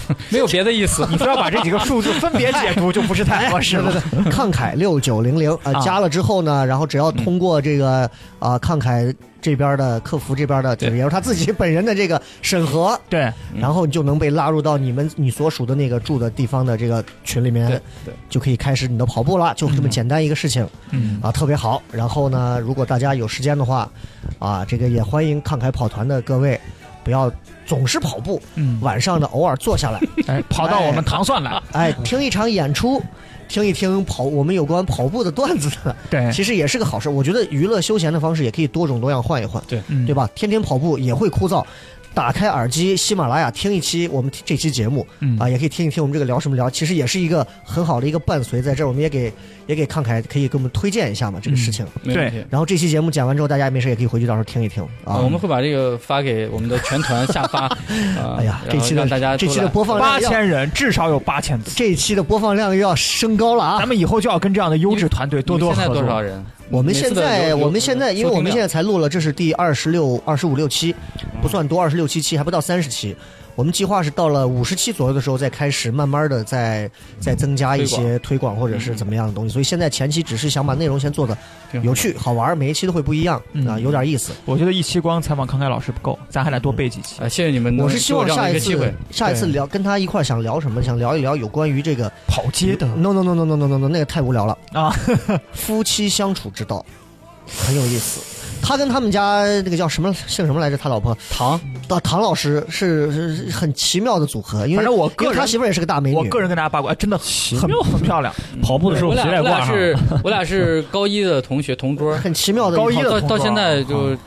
B: 哦
E: 没有别的意思。
D: 你非要
B: 呃
D: 把这几个数字分别解读，就不是太合适 了。
B: 抗凯六九零零啊，
D: 啊
B: 加了之后呢，然后只要
E: 嗯
B: 通过这个啊、抗凯这边的客服这边的，就
E: 对
B: 是也就是他自己本人的这个审核，
D: 对，
E: 嗯
B: 然后你就能被拉入到你们你所属的那个住的地方的这个群里面
E: 对，对
B: 就可以开始你的跑步了，就这么简单一个事情
D: 嗯，
B: 啊，特别好。然后呢，如果大家有时间的话，啊，这个也欢迎抗凯跑团的各位，不要总是跑步，
D: 嗯，
B: 晚上呢偶尔坐下来。
D: 哎，跑到我们糖蒜来，
B: 哎，听一场演出，听一听跑我们有关跑步的段子的，
E: 哎
D: 对
B: 其实也是个好事。我觉得娱乐休闲的方式也可以多种多样换一换，
E: 对
D: 嗯
B: 对吧？天天跑步也会枯燥，打开耳机，喜马拉雅听一期我们这期节目
D: 嗯
B: 啊，也可以听一听我们这个聊什么聊，其实也是一个很好的一个伴随，在这儿我们也给也给康凯可以给我们推荐一下嘛这个事情。
E: 没问题。
B: 然后这期节目讲完之后，大家没事也可以回去到时候听一听啊。
E: 啊，我们会把这个发给我们的全团下 发。啊
B: 哎呀，
E: 然
B: 这
E: 后
B: 期的
E: 让大家
B: 这
E: 都
B: 期的
E: 来
B: 播放
D: 八
B: 量要
D: 千人至少有八千次，
B: 这一期的播放量又要升高了啊
D: 咱！们以后就要跟这样的优质团队
E: 你
D: 多
E: 们
D: 多
E: 现在
D: 合
E: 多少
D: 作。
E: 人？
B: 我们
E: 每次
B: 现
E: 的
B: 在
E: 有
B: 我们现在，
E: 有
B: 因为我们
E: 收听量嗯
B: 现在才录了，这是第二十六、二十五六期，不算多，二十六期期还不到三十期。我们计划是到了五十期左右的时候，再开始慢慢的再再增加一些推广或者是怎么样的东西。所以现在前期只是想把内容先做的
E: 嗯挺好
B: 有趣好玩，每一期都会不一样
D: 嗯
B: 啊，有点意思。
D: 我觉得一期光采访康凯老师不够，咱还得多备几期。
E: 啊，谢谢你们能给
B: 我
E: 我
B: 是希望
E: 这样
B: 下
E: 的一
B: 一
E: 个机
B: 次
E: 会。
B: 下一次
D: 对
B: 聊跟他一块儿想聊什么，想聊一聊有关于这个
D: 跑街的
B: no no no no no no no no 那个太无聊了
D: 嗯啊！
B: 夫妻相处之道很有意思。他跟他们家那个叫什么姓什么来着？他老婆
E: 唐，
B: 啊，唐老师是是是很奇妙的组合，因为
D: 反正我
B: 因
D: 个
B: 为他
D: 人，
B: 媳妇儿也是个大美女。
D: 我个人跟大家八卦，哎真的很很漂亮。
G: 跑步的时候
E: 我
G: 鞋
E: 俩
G: 带
E: 我
G: 挂
E: 俩
G: 上，
E: 是， 我俩是高一的同学同桌，
B: 啊很奇妙的
D: 高
B: 一
D: 一
B: 套
D: 的
E: 到
D: 同桌
E: 到现在
D: 啊
E: 就。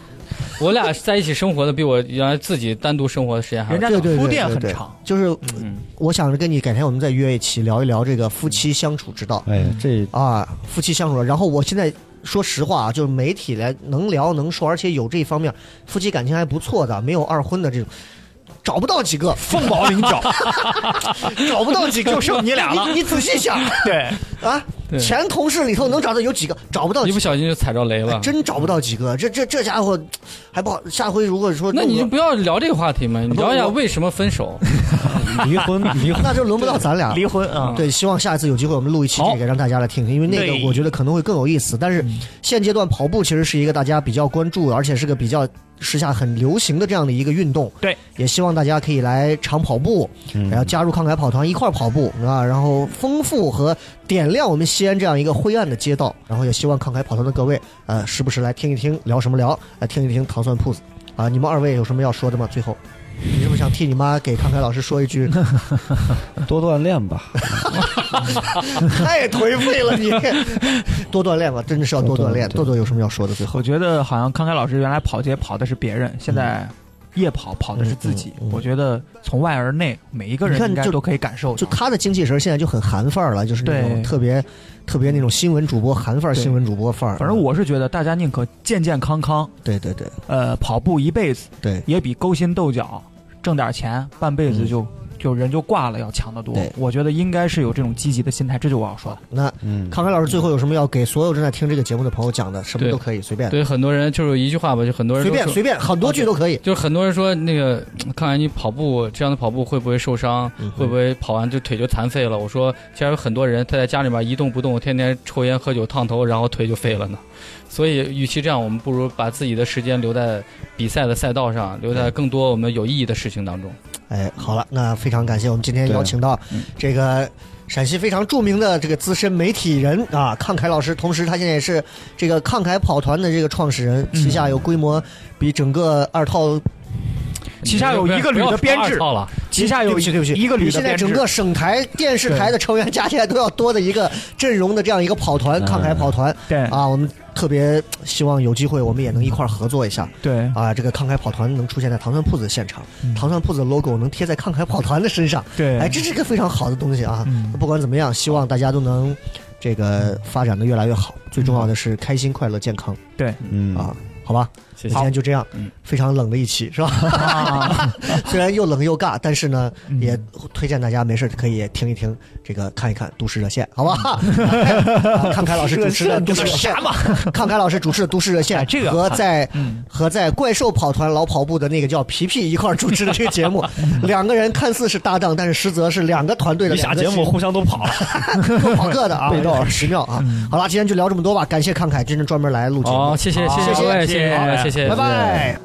E: 我俩在一起生活的比我原来自己单独生活的时间还
D: 人
E: 要
D: 家
B: 对
D: 的
B: 对对
D: 铺垫
B: 对
D: 很
B: 对
D: 长，
B: 就是
D: 嗯，
B: 我想着跟你改天我们再约一期聊一聊这个夫妻相处之
D: 嗯
B: 道
F: 哎，这
B: 啊，夫妻相处。然后我现在说实话啊，就是媒体来能聊能说，而且有这方面夫妻感情还不错的，没有二婚的这种，找不到几个。
D: 凤毛麟 角，
B: 找不到几 个，
D: 就剩你俩了
B: 你你仔细想
D: 对，
B: 啊，
E: 对
B: 前同事里头能找到有几个？找不到
E: 一
B: 几
E: 不
B: 个，
E: 小心就踩着雷了。
B: 哎真找不到几个。这这这家伙还不好。下回如果说
E: 那你就
B: 弄
E: 不要聊这个话题嘛，你
B: 不
E: 聊一下
B: 我
E: 为什么分 手。
F: 离婚离
B: 个，
F: 婚
B: 那就轮不到咱俩。
D: 离婚啊，
B: 对，希望下一次有机会我们录一期这个，让大家来听听，因为那个
D: 对
B: 我觉得可能会更有意思。但是现阶段跑步其实是一个大家比较关注，而且是个比较时下很流行的这样的一个运动。
D: 对，
B: 也希望大家可以来常跑步，
F: 嗯
E: 哎
B: 然后加入慷慨跑团一块儿跑步啊，然后丰富和点亮我们西安这样一个灰暗的街道。然后也希望慷慨跑团的各位，呃，时不时来听一听聊什么聊，来听一听糖蒜铺子啊。你们二位有什么要说的吗？最后，你是不是想替你妈给慷慨老师说一 句？
F: 多锻炼吧，
B: 太颓废 了你，多锻炼吧，真的是要多锻炼。
F: 多
B: 豆
F: 锻炼
B: 豆有什么要说的？最后，
D: 我觉得好像康凯老师原来跑街跑的是别人，现在夜跑跑的是自己。
B: 嗯嗯嗯嗯
D: 我觉觉得从外而内，每一个
B: 你
D: 人
B: 看
D: 应该
B: 就
D: 都可以感受到。
B: 就他的精气神现在就很韩范儿了，就是那种
D: 对
B: 特别特别那种新闻主播韩范儿、
D: 对
B: 新闻主播范儿。
D: 反正我是觉得，大家宁可健健康康，
B: 对对对
D: 呃，跑步一辈子
B: 对，
D: 也比勾心斗角挣点钱半辈子
B: 嗯
D: 就、就人就挂了要强得多
B: 对。
D: 我觉得应该是有这种积极的心态，这就我要说的。
B: 那
F: 嗯，
B: 康凯老师最后有什么要给所有正在听这个节目的朋友讲的？什么
E: 对
B: 都可以，随便
E: 对很多人就是一句话吧，就很多人
B: 随
E: 都
B: 便
E: 说
B: 随便，很多句都可以。
E: 就是很多人说那个，看来你跑步这样的跑步会不会受伤？
B: 嗯
E: 会不会跑完就腿就残废了？我说，其实有很多人他在家里面一动不动，天天抽烟喝酒烫头，然后腿就废了呢。所以，与其这样，我们不如把自己的时间留在比赛的赛道上，留在更多我们有意义的事情当中。
B: 哎，好了，那非常感谢我们今天
F: 对
B: 邀请到这个陕西非常著名的这个资深媒体人啊，康凯老师，同时他现在也是这个康凯跑团的这个创始人，旗下有规模比整个二套，
D: 旗下有一个
E: 不
D: 旅
E: 要
D: 的编
E: 不要
D: 制
E: 说二，套了，
D: 旗下有
B: 对不起对不起，
D: 一个
B: 比
D: 旅的
B: 现在
D: 编制
B: 整。个省台电视台的成员加起来都要多的一个阵容的这样一个跑团，
F: 嗯
B: 康凯跑团
D: 对
B: 啊，我们特别希望有机会我们也能一块儿合作一下。
D: 对
B: 啊，这个慷慨跑团能出现在糖蒜铺子的现场，
D: 嗯
B: 糖蒜铺子的 logo 能贴在慷慨跑团的身上，
D: 对，
B: 哎，这是个非常好的东西啊！
D: 嗯
B: 不管怎么样，希望大家都能这个发展的越来越好，最重要
D: 嗯
B: 的是开心、快乐、健康
F: 嗯
B: 啊，好吧？
E: 谢
B: 那
E: 谢
B: 今。天就这样
E: 嗯，
B: 非常冷的一期是吧？
D: 啊
B: 虽然又冷又尬，但是呢，
D: 嗯
B: 也推荐大家没事可以听一听这个看一看《都市热线》，好吧？ 啊康凯老师主持的《都市热线》嘛，康凯老师主持的《都市热线
D: 哎》这个
B: 和在
D: 嗯
B: 和在怪兽跑团老跑步的那个叫皮皮一块儿主持的这个节目，两个人看似是搭档，但是实则是两个团队的
G: 一
B: 两
G: 下
B: 个
G: 节目互相都跑了。
B: 各跑各的啊，背道而驰妙啊！好了，今
E: 哦
B: 天就聊这么多吧，感谢康凯，真正专门来录节目
E: 好，，谢谢
D: 好
E: 谢谢各位，
D: 谢
E: 谢
D: 谢
E: 谢你们，谢谢，
B: 拜拜。